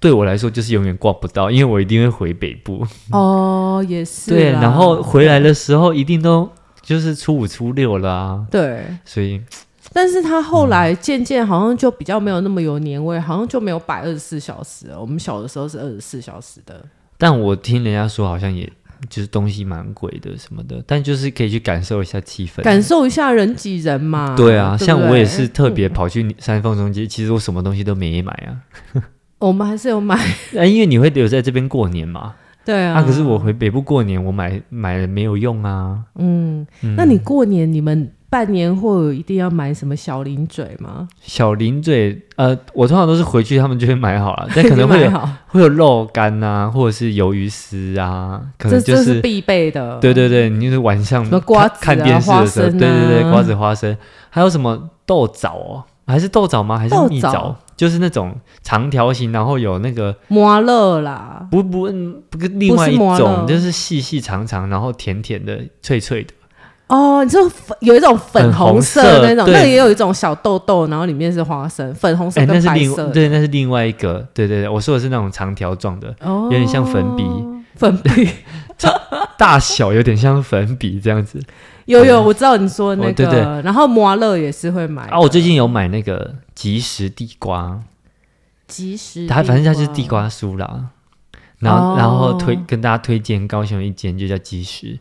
Speaker 2: 对我来说就是永远逛不到，因为我一定会回北部。
Speaker 1: 哦，也是啦。
Speaker 2: 对，然后回来的时候一定都就是初五初六啦、
Speaker 1: 对，
Speaker 2: 所以
Speaker 1: 但是他后来渐渐好像就比较没有那么有年味，好像就没有摆二十四小时了。我们小的时候是二十四小时的，
Speaker 2: 但我听人家说，好像也就是东西蛮贵的什么的，但就是可以去感受一下气氛。
Speaker 1: 感受一下人挤人嘛。
Speaker 2: 对啊，
Speaker 1: 不
Speaker 2: 像我也是
Speaker 1: 对嗯
Speaker 2: 特别跑去三凤中街，其实我什么东西都没买啊，
Speaker 1: 我们还是有买， *laughs*
Speaker 2: 啊因为你会留在这边过年嘛。
Speaker 1: 对啊。
Speaker 2: 啊，可是我回北部过年，我买买了没有用啊。
Speaker 1: 嗯，那你过年你们办年货有一定要买什么小零嘴吗？
Speaker 2: 小零嘴，呃，我通常都是回去他们就会买好了，但可能
Speaker 1: *laughs*
Speaker 2: 会
Speaker 1: 买
Speaker 2: 有
Speaker 1: 好，
Speaker 2: 会有肉干呐、或者是鱿鱼丝啊，可
Speaker 1: 这
Speaker 2: 能
Speaker 1: 这
Speaker 2: 是
Speaker 1: 必备的。
Speaker 2: 对对对，你就是晚上
Speaker 1: 嗯什么瓜子啊
Speaker 2: 看看电视的时候，
Speaker 1: 花生啊
Speaker 2: 对对对，瓜子花生，还有什么豆枣哦，还是豆枣吗？还是蜜
Speaker 1: 豆枣
Speaker 2: 枣？就是那种长条形，然后有那个
Speaker 1: 摩勒啦，
Speaker 2: 不不嗯不，另外
Speaker 1: 不
Speaker 2: 一
Speaker 1: 是摩
Speaker 2: 种
Speaker 1: 勒
Speaker 2: 就是细细长长，然后甜甜的、脆脆的。
Speaker 1: 哦，你说粉有一种粉红色的那
Speaker 2: 粉红色
Speaker 1: 种，
Speaker 2: 对
Speaker 1: 那个也有一种小豆豆，然后里哦面是花生，粉红色
Speaker 2: 哎，那
Speaker 1: 跟
Speaker 2: 是
Speaker 1: 白
Speaker 2: 另
Speaker 1: 色，
Speaker 2: 对，那是另外一个，对对对，我说的是那种长条状的，
Speaker 1: 哦，
Speaker 2: 有点像粉笔，
Speaker 1: 粉笔 *laughs*
Speaker 2: 大小有点像粉笔这样子。
Speaker 1: 有有，我知道你说的那
Speaker 2: 嗯哦对
Speaker 1: 个，
Speaker 2: 对
Speaker 1: 然后摩勒也是会买
Speaker 2: 啊，我最近有买那个即食地瓜，
Speaker 1: 即食，
Speaker 2: 它反正它就是地，瓜酥啦。然
Speaker 1: 哦
Speaker 2: 后，然后推跟大家推荐高雄有一间就叫即食，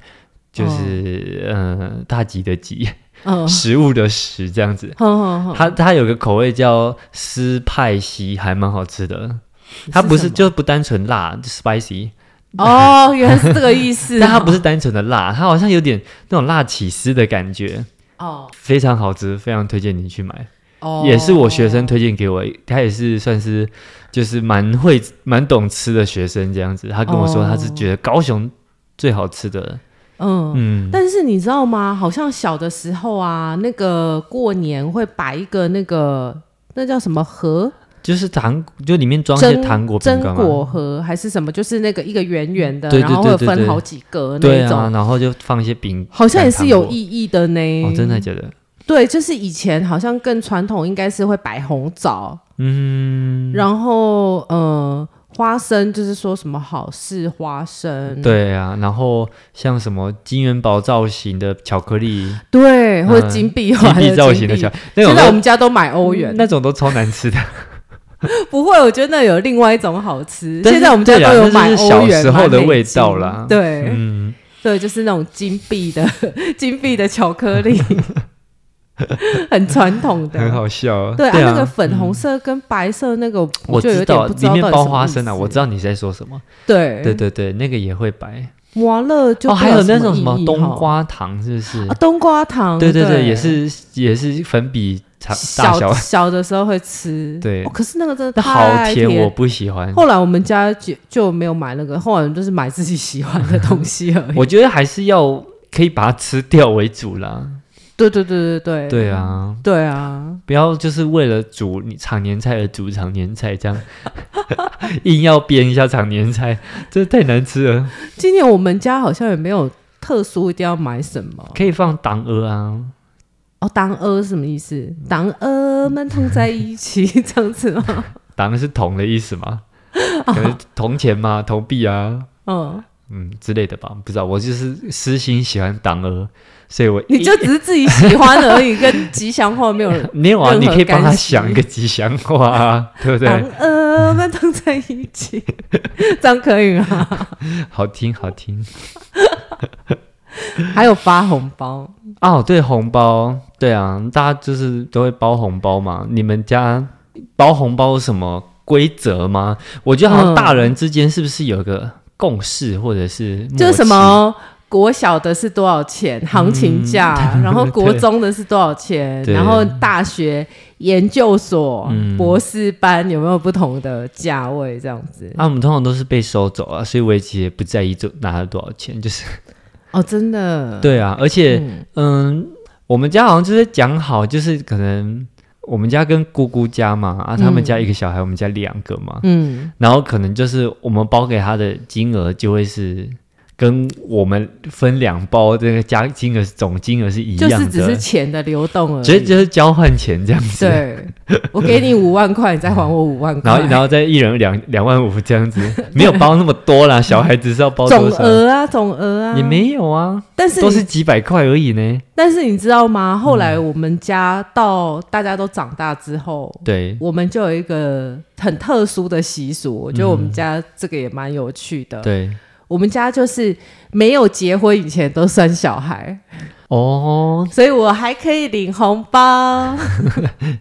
Speaker 2: 就是、呃大吉的吉，
Speaker 1: 嗯，
Speaker 2: 食物的食这样子。
Speaker 1: 哼哼哼，
Speaker 2: 它它有个口味叫斯派西，还蛮好吃的。它不
Speaker 1: 嗯
Speaker 2: 是
Speaker 1: 什么
Speaker 2: 就不单纯辣就，spicy，
Speaker 1: 哦，原来是这个意思，
Speaker 2: *laughs* 但它不是单纯的辣，它好像有点那种辣起司的感觉，
Speaker 1: 哦
Speaker 2: 非常好吃，非常推荐你去买。
Speaker 1: 哦，
Speaker 2: 也是我学生推荐给我，他也是算是就是蛮会蛮懂吃的学生这样子。他跟我说
Speaker 1: 哦
Speaker 2: 他是觉得高雄最好吃的，
Speaker 1: 嗯。
Speaker 2: 嗯，
Speaker 1: 但是你知道吗？好像小的时候啊，那个过年会摆一个那个那叫什么盒，
Speaker 2: 就是糖就里面装一些
Speaker 1: 榛
Speaker 2: 糖果饼
Speaker 1: 榛
Speaker 2: 干嘛，
Speaker 1: 果盒还是什么，就是那个一个圆圆的，
Speaker 2: 对对
Speaker 1: 然后会有
Speaker 2: 对对
Speaker 1: 分
Speaker 2: 对
Speaker 1: 好几个那
Speaker 2: 对
Speaker 1: 一种，
Speaker 2: 啊，然后就放一些饼干，
Speaker 1: 好像也是有
Speaker 2: 糖果
Speaker 1: 意义的呢。
Speaker 2: 哦，真的假的？
Speaker 1: 对，就是以前好像更传统，应该是会摆红枣，
Speaker 2: 嗯，
Speaker 1: 然后呃花生，就是说什么好事花生，
Speaker 2: 对啊，然后像什么金元宝造型的巧克
Speaker 1: *laughs*
Speaker 2: 力，
Speaker 1: 对，或者
Speaker 2: 嗯
Speaker 1: 金币花
Speaker 2: 金
Speaker 1: 还有
Speaker 2: 币造型的
Speaker 1: 金
Speaker 2: 巧
Speaker 1: 币，
Speaker 2: 那
Speaker 1: 现在我
Speaker 2: 种
Speaker 1: 们家都买欧元
Speaker 2: 嗯都。那啊种都超难吃的。
Speaker 1: 不会，我觉得那有另外一种好吃。
Speaker 2: 但是
Speaker 1: 现在我们家
Speaker 2: 对啦
Speaker 1: 都有
Speaker 2: 那
Speaker 1: 买
Speaker 2: 就是
Speaker 1: 欧
Speaker 2: 小
Speaker 1: 元
Speaker 2: 时候的
Speaker 1: 买美
Speaker 2: 味
Speaker 1: 金
Speaker 2: 道啦
Speaker 1: *laughs* 对、
Speaker 2: 嗯，
Speaker 1: 对，就是那种金币的金币的巧克
Speaker 2: *laughs*
Speaker 1: 力，很传统的，
Speaker 2: 很。好笑啊。
Speaker 1: 对
Speaker 2: 啊，
Speaker 1: 那个粉红色跟白色那个，
Speaker 2: 我
Speaker 1: 就有点
Speaker 2: 知道
Speaker 1: 不知
Speaker 2: 里
Speaker 1: 道
Speaker 2: 面
Speaker 1: 到底
Speaker 2: 包
Speaker 1: 什么
Speaker 2: 花
Speaker 1: 意
Speaker 2: 生啊，
Speaker 1: 思
Speaker 2: 我知道你在说什么。
Speaker 1: 对
Speaker 2: 对，对对，那个也会白。
Speaker 1: 摩勒就
Speaker 2: 哦，
Speaker 1: 不
Speaker 2: 还
Speaker 1: 知道
Speaker 2: 有那种
Speaker 1: 什
Speaker 2: 什么
Speaker 1: 意义
Speaker 2: 冬
Speaker 1: 哈
Speaker 2: 瓜糖，是不是？
Speaker 1: 啊，冬瓜糖，
Speaker 2: 对
Speaker 1: 对
Speaker 2: 对，也是也是粉笔长
Speaker 1: 小
Speaker 2: 大小，
Speaker 1: 小的时候会吃，
Speaker 2: *laughs* 对
Speaker 1: 哦可是那个真的
Speaker 2: 那好
Speaker 1: 太哦
Speaker 2: 甜，我不喜欢。
Speaker 1: 后来我们家就就没有买那个，后来就是买自己喜欢的东西而已。
Speaker 2: *laughs* 我觉得还是要可以把它吃掉为主啦。
Speaker 1: 对对对对对，
Speaker 2: 对啊，
Speaker 1: 对啊，
Speaker 2: 不要就是为了煮你常年菜而煮常年菜，这样 *laughs* 硬要编一下常年菜，这太难吃了。
Speaker 1: 今年我们家好像也没有特殊一定要买什么
Speaker 2: 可以放党鹅啊，
Speaker 1: 哦。当鹅是什么意思？当鹅们同在一起这样子吗？ *laughs*
Speaker 2: 党是铜的意思嘛？可能铜钱嘛，铜币啊，
Speaker 1: 嗯，
Speaker 2: 嗯之类的吧，不知道。我就是私心喜欢党鹅，所以我
Speaker 1: 你就只是自己喜欢而已，跟吉祥话没有。
Speaker 2: 没有啊，
Speaker 1: 任何
Speaker 2: 你可以帮他
Speaker 1: 干系
Speaker 2: 想一个吉祥话
Speaker 1: *laughs*
Speaker 2: 啊，对不
Speaker 1: 当
Speaker 2: 对？
Speaker 1: 鹅们同在一起， *laughs* 这样可以吗？
Speaker 2: 好听好听
Speaker 1: *laughs* 还有发红包，
Speaker 2: 哦，对红包，对啊，大家就是都会包红包嘛。你们家包红包有什么规则吗？我觉得好像
Speaker 1: 嗯
Speaker 2: 大人之间是不是有个共识，或者是
Speaker 1: *laughs* 就是什
Speaker 2: 默契？
Speaker 1: 么国小的是多少钱行情价，然后国中的是多少钱，
Speaker 2: 对
Speaker 1: 然后大学、研究所、
Speaker 2: 嗯
Speaker 1: 博士班有没有不同的价位这样子？
Speaker 2: 啊，我们通常都是被收走啊，所以我也其实也不在意就拿了多少钱，就是
Speaker 1: 哦，真的，
Speaker 2: 对啊，而且
Speaker 1: 嗯，
Speaker 2: 嗯，我们家好像就是讲好，就是可能我们家跟姑姑家嘛，啊，他们家一个小孩，我们家两个嘛，
Speaker 1: 嗯，
Speaker 2: 然后可能就是我们包给他的金额就会是跟我们分两包这个加金额是总金额是一
Speaker 1: 就
Speaker 2: 样
Speaker 1: 是
Speaker 2: 的，
Speaker 1: 只是钱的流动而
Speaker 2: 只是
Speaker 1: 已。
Speaker 2: 就是交换钱这样子，
Speaker 1: 对，我给你五万块，你再还我五万块，
Speaker 2: 然后然后再一人两两万五这样子，
Speaker 1: *laughs*
Speaker 2: 没有包那么多啦，小孩子是要包
Speaker 1: 总
Speaker 2: 多少？
Speaker 1: 额啊，总额啊，
Speaker 2: 也，没有啊，
Speaker 1: 但是
Speaker 2: 都
Speaker 1: 你
Speaker 2: 是嗯几百块而已呢。
Speaker 1: 但是你知道吗？后来我们家到大家都长大之后，
Speaker 2: 对，
Speaker 1: 我们就有一个很特殊的习俗，我觉得我们家这个也蛮有趣的。
Speaker 2: 嗯对，
Speaker 1: 我们家就是没有结婚以前都生小孩，
Speaker 2: 哦，
Speaker 1: 所以我还可以领红包。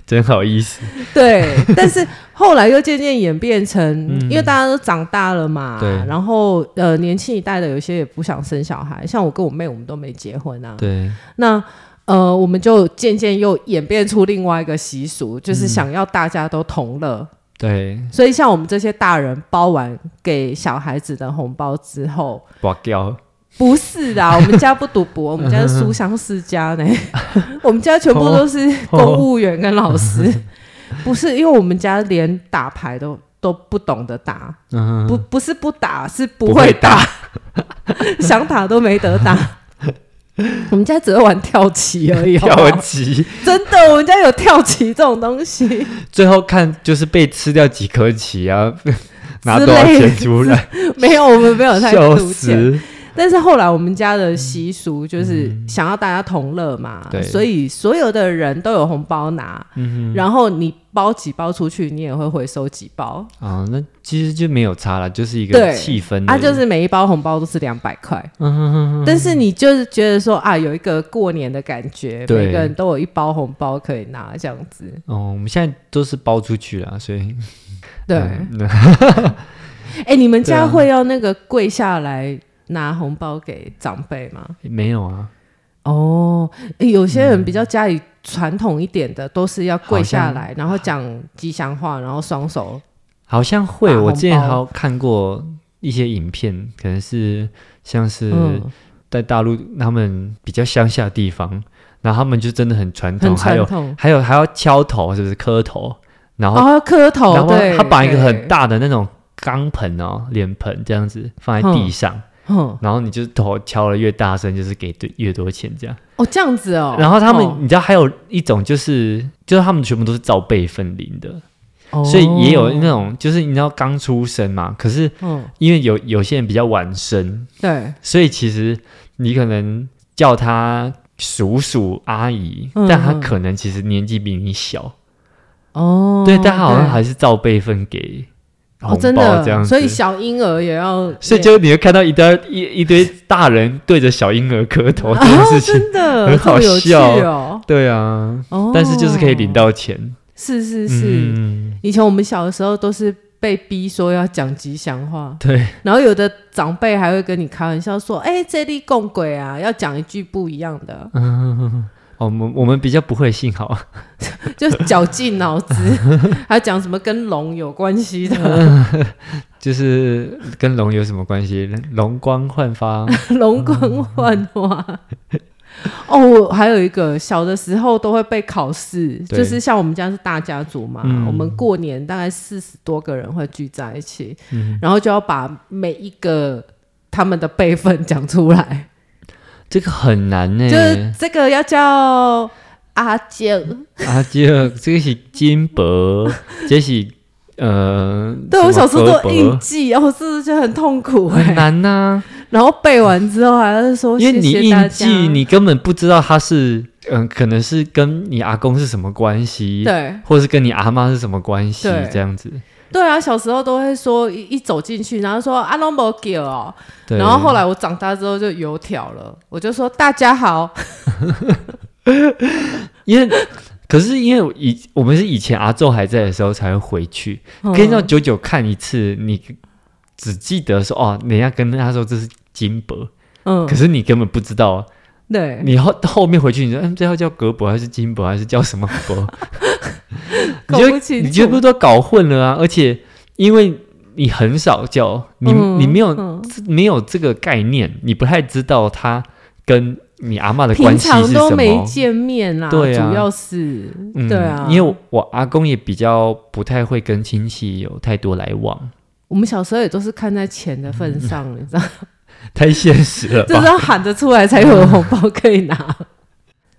Speaker 2: 真好意思。
Speaker 1: *laughs* 对，但是后来又渐渐演变成，
Speaker 2: 嗯
Speaker 1: 因为大家都长大了嘛
Speaker 2: 对，
Speaker 1: 然后呃，年轻一代的有些也不想生小孩，像我跟我妹，我们都没结婚啊。
Speaker 2: 对，
Speaker 1: 那呃，我们就渐渐又演变出另外一个习
Speaker 2: 嗯
Speaker 1: 俗，就是想要大家都同乐。
Speaker 2: 对，
Speaker 1: 所以像我们这些大人包完给小孩子的红包之后，
Speaker 2: 拔掉，
Speaker 1: 不是啦，我们家不赌
Speaker 2: *laughs*
Speaker 1: 博，我们家是书香世家呢， *laughs* 我们家全部都是
Speaker 2: 哦
Speaker 1: 公务员跟老师， *laughs* 不是因为我们家连打牌都都不懂得打，
Speaker 2: 嗯，
Speaker 1: 不不是不打，是不
Speaker 2: 不
Speaker 1: 会
Speaker 2: 会
Speaker 1: 打， *laughs* 想打都没得
Speaker 2: *laughs*
Speaker 1: 打。我们家只会玩跳棋而已，好不好
Speaker 2: 跳 *laughs* 棋，
Speaker 1: 真的，我们家有跳棋这种东西 *laughs*
Speaker 2: 最后看就是被吃掉几颗棋啊， *laughs* 拿
Speaker 1: 之
Speaker 2: 多少
Speaker 1: 类
Speaker 2: 钱出
Speaker 1: *laughs*
Speaker 2: 来，
Speaker 1: 没有，我们没有太
Speaker 2: 笑
Speaker 1: 赌钱。
Speaker 2: 死，
Speaker 1: 但是后来我们家的习俗就是想要大家同乐嘛，
Speaker 2: 嗯对嗯
Speaker 1: 所以所有的人都有红包拿，然后你包几包出去，你也会回收几包，
Speaker 2: 啊，那其实就没有差了，就是一
Speaker 1: 对
Speaker 2: 个气氛
Speaker 1: 啊，
Speaker 2: 的，
Speaker 1: 就是每一包红包都是两百块，
Speaker 2: 嗯哼哼哼
Speaker 1: 但是你就是觉得说啊，有一个过年的感觉，
Speaker 2: 对
Speaker 1: 每个人都有一包红包可以拿这样子，
Speaker 2: 哦，我们现在都是包出去了，所以
Speaker 1: 对，哎、
Speaker 2: *laughs* 嗯
Speaker 1: 你们家
Speaker 2: 对啊
Speaker 1: 会要那个跪下来拿红包给长辈吗？
Speaker 2: 没有啊，
Speaker 1: 哦，诶有些人比较家里传统一点的，都是要跪
Speaker 2: 嗯好
Speaker 1: 下
Speaker 2: 像
Speaker 1: 来，然后讲吉祥话，然后双手。
Speaker 2: 好像会，
Speaker 1: 打
Speaker 2: 我
Speaker 1: 红
Speaker 2: 之前还
Speaker 1: 包
Speaker 2: 有看过一些影片，可能是像是
Speaker 1: 嗯，
Speaker 2: 在大陆他们比较乡下地方，然后他们就真的很传
Speaker 1: 很
Speaker 2: 统，还
Speaker 1: 传
Speaker 2: 有
Speaker 1: 统。
Speaker 2: 还有还要敲头，是不是磕头？然后、
Speaker 1: 哦，要磕头，
Speaker 2: 然后
Speaker 1: 对，
Speaker 2: 他把一个很
Speaker 1: 对，
Speaker 2: 大的那种钢盆哦，脸盆这样子放在地上，
Speaker 1: 嗯，
Speaker 2: 然后你就头敲的越大声，就是给对越多钱这样。
Speaker 1: 哦，这样子哦。
Speaker 2: 然后他们、
Speaker 1: 哦
Speaker 2: 你知道还有一种就是就是他们全部都是照辈分领的，
Speaker 1: 哦
Speaker 2: 所以也有那，种就是你知道刚出生嘛，可是
Speaker 1: 哦
Speaker 2: 因为有有些人比较晚生，
Speaker 1: 嗯，对，
Speaker 2: 所以其实你可能叫他叔叔阿姨，
Speaker 1: 嗯
Speaker 2: 但他
Speaker 1: 嗯
Speaker 2: 可能其实年纪比你小，
Speaker 1: 哦，
Speaker 2: 对，但他好像还是照辈分给红
Speaker 1: 哦，真
Speaker 2: 包这样
Speaker 1: 的，
Speaker 2: 子。
Speaker 1: 所以小婴儿也要，
Speaker 2: 所以就你会看到一堆一一堆大人对着小婴儿磕
Speaker 1: *laughs*
Speaker 2: 头这件事
Speaker 1: 哦，
Speaker 2: 情，
Speaker 1: 真的，
Speaker 2: *laughs* 很
Speaker 1: 这么
Speaker 2: 好
Speaker 1: 有趣
Speaker 2: 笑
Speaker 1: 哦。
Speaker 2: 对啊，
Speaker 1: 哦，
Speaker 2: 但是就是可以领，到钱，
Speaker 1: 是哦是是，
Speaker 2: 嗯，
Speaker 1: 以前我们小的时候都是被逼说要讲吉祥话，
Speaker 2: 对，
Speaker 1: 然后有的长辈还会跟你开玩笑说：“哎、这里共鬼啊，要讲一句不一样的，
Speaker 2: 我们我们比较不会，幸好
Speaker 1: 就绞尽脑汁， *laughs* 还讲什么跟龙有关系的，
Speaker 2: *laughs* 就是跟龙有什么关系？龙光
Speaker 1: *laughs*
Speaker 2: 焕发，
Speaker 1: 龙光焕发。”哦，我还有一个小的时候都会被考试，
Speaker 2: 对
Speaker 1: 就是像我们家是大家族嘛，
Speaker 2: 嗯
Speaker 1: 我们过年大概四十多个人会聚在一起，
Speaker 2: 嗯
Speaker 1: 然后就要把每一个他们的辈分讲出来。
Speaker 2: 这个很难呢、
Speaker 1: 就是这个要叫阿健，
Speaker 2: 啊，这个这个是金箔，这是呃，
Speaker 1: 对我小时候都
Speaker 2: 都
Speaker 1: 印记，然后是不是就很痛
Speaker 2: *laughs*
Speaker 1: 苦哎、
Speaker 2: 很难啊呐、
Speaker 1: 然后背完之后还要说
Speaker 2: 因为
Speaker 1: 谢
Speaker 2: 你
Speaker 1: 谢大
Speaker 2: 印
Speaker 1: 家，
Speaker 2: 记，你根本不知道他是嗯、可能是跟你阿公是什么关系，，
Speaker 1: 对
Speaker 2: 或是跟你阿妈是什么关系
Speaker 1: 对
Speaker 2: 这样子，
Speaker 1: 对啊，小时候都会说一一走进去，然后说阿龙伯给哦，
Speaker 2: 对。
Speaker 1: 然后后来我长大之后就油条了，我就说大家
Speaker 2: *laughs*
Speaker 1: 好，
Speaker 2: 因为可是因为我以我们是以前阿昼还在的时候才会回去，
Speaker 1: 嗯
Speaker 2: 可以让九九看一次，你只记得说哦，人家跟他说这是金箔，
Speaker 1: 嗯，
Speaker 2: 可是你根本不知道。
Speaker 1: 对，
Speaker 2: 你后后面回去，你说，嗯，这要叫格博还是金博还是叫什么
Speaker 1: *laughs*
Speaker 2: 博？你
Speaker 1: 搞
Speaker 2: 就
Speaker 1: 不清楚
Speaker 2: 你全部都搞混了啊！而且因为你很少叫，你、
Speaker 1: 嗯
Speaker 2: 你没有、
Speaker 1: 嗯
Speaker 2: 没有这个概念，你不太知道他跟你阿妈的关
Speaker 1: 平
Speaker 2: 系是
Speaker 1: 常都
Speaker 2: 什
Speaker 1: 没
Speaker 2: 么。
Speaker 1: 见面啦，
Speaker 2: 对啊
Speaker 1: 主要是、
Speaker 2: 嗯
Speaker 1: 对啊，
Speaker 2: 因为我我阿公也比较不太会跟亲戚有太多来往，
Speaker 1: 我们小时候也都是看在钱的份上，
Speaker 2: 嗯
Speaker 1: 你知道吗。
Speaker 2: 太现实
Speaker 1: *laughs*
Speaker 2: 了
Speaker 1: 就是
Speaker 2: 吧？
Speaker 1: 要喊得出来才有红包可以拿。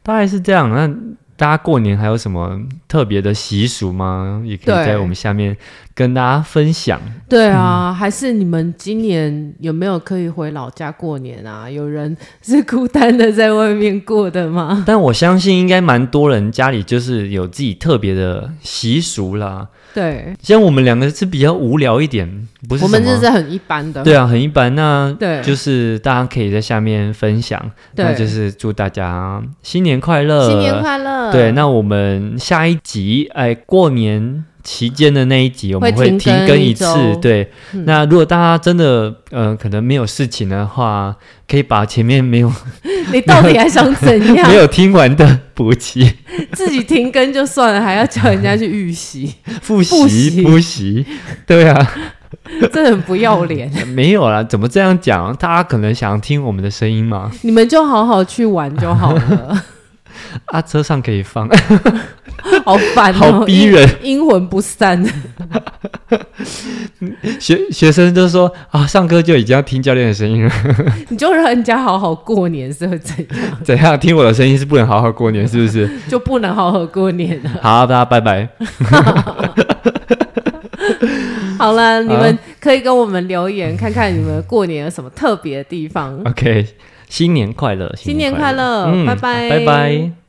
Speaker 2: 大概是这样。那大家过年还有什么特别的习俗吗？也可以
Speaker 1: 对
Speaker 2: 在我们下面跟大家分享。
Speaker 1: 对啊，还是你们今年有没有可以回老家过年啊？有人是孤单的在外面过的吗？
Speaker 2: 但我相信应该蛮多人家里就是有自己特别的习俗啦。
Speaker 1: *laughs* 对，
Speaker 2: 像我们两个是比较无聊一点，不是
Speaker 1: 我们
Speaker 2: 什
Speaker 1: 这
Speaker 2: 么
Speaker 1: 是很一般的。
Speaker 2: 对啊，很一般。那
Speaker 1: 对啊
Speaker 2: 就是大家可以在下面分享。那
Speaker 1: 对，
Speaker 2: 就是呃祝大家新年快乐，
Speaker 1: 新年快乐。
Speaker 2: 对，那我们下一集哎，过年期间的那一集，我们
Speaker 1: 会
Speaker 2: 会
Speaker 1: 停
Speaker 2: 停
Speaker 1: 更
Speaker 2: 更
Speaker 1: 一
Speaker 2: 一次
Speaker 1: 周。
Speaker 2: 对，
Speaker 1: 嗯
Speaker 2: 那如果大家真的呃可能没有事情的话，可以把前
Speaker 1: *laughs*
Speaker 2: 面没有
Speaker 1: *laughs* 你到底还想怎样
Speaker 2: 没？有听完的补齐、
Speaker 1: *laughs* 自己停更就算了，还要叫人家去预
Speaker 2: *laughs*
Speaker 1: 习，
Speaker 2: 复
Speaker 1: 复习
Speaker 2: 习、复习。对啊，
Speaker 1: 这很不要脸。
Speaker 2: *laughs* 没有啦，怎么这样讲？大家可能想听我们的声音嘛？
Speaker 1: 你们就好好去玩就好
Speaker 2: *laughs*
Speaker 1: 了，
Speaker 2: 啊，车上可以 *laughs* 放，
Speaker 1: 好烦哦，
Speaker 2: 好逼人
Speaker 1: 阴，阴魂不散。 *laughs*
Speaker 2: 学学生就说啊，上课就已经要听教练的声 *laughs* 音了，
Speaker 1: 你就让人家好好过年是会怎样？
Speaker 2: 怎样？听我的声音是不能好好过年，是不 *laughs* 是？
Speaker 1: 就不能好好过年了。
Speaker 2: 好，大家拜拜。
Speaker 1: 好了，你们可以跟我们留言，看看你们过年有什么特别的地方。
Speaker 2: OK，新年快乐，
Speaker 1: 新年快乐
Speaker 2: 嗯
Speaker 1: 拜拜
Speaker 2: 拜拜。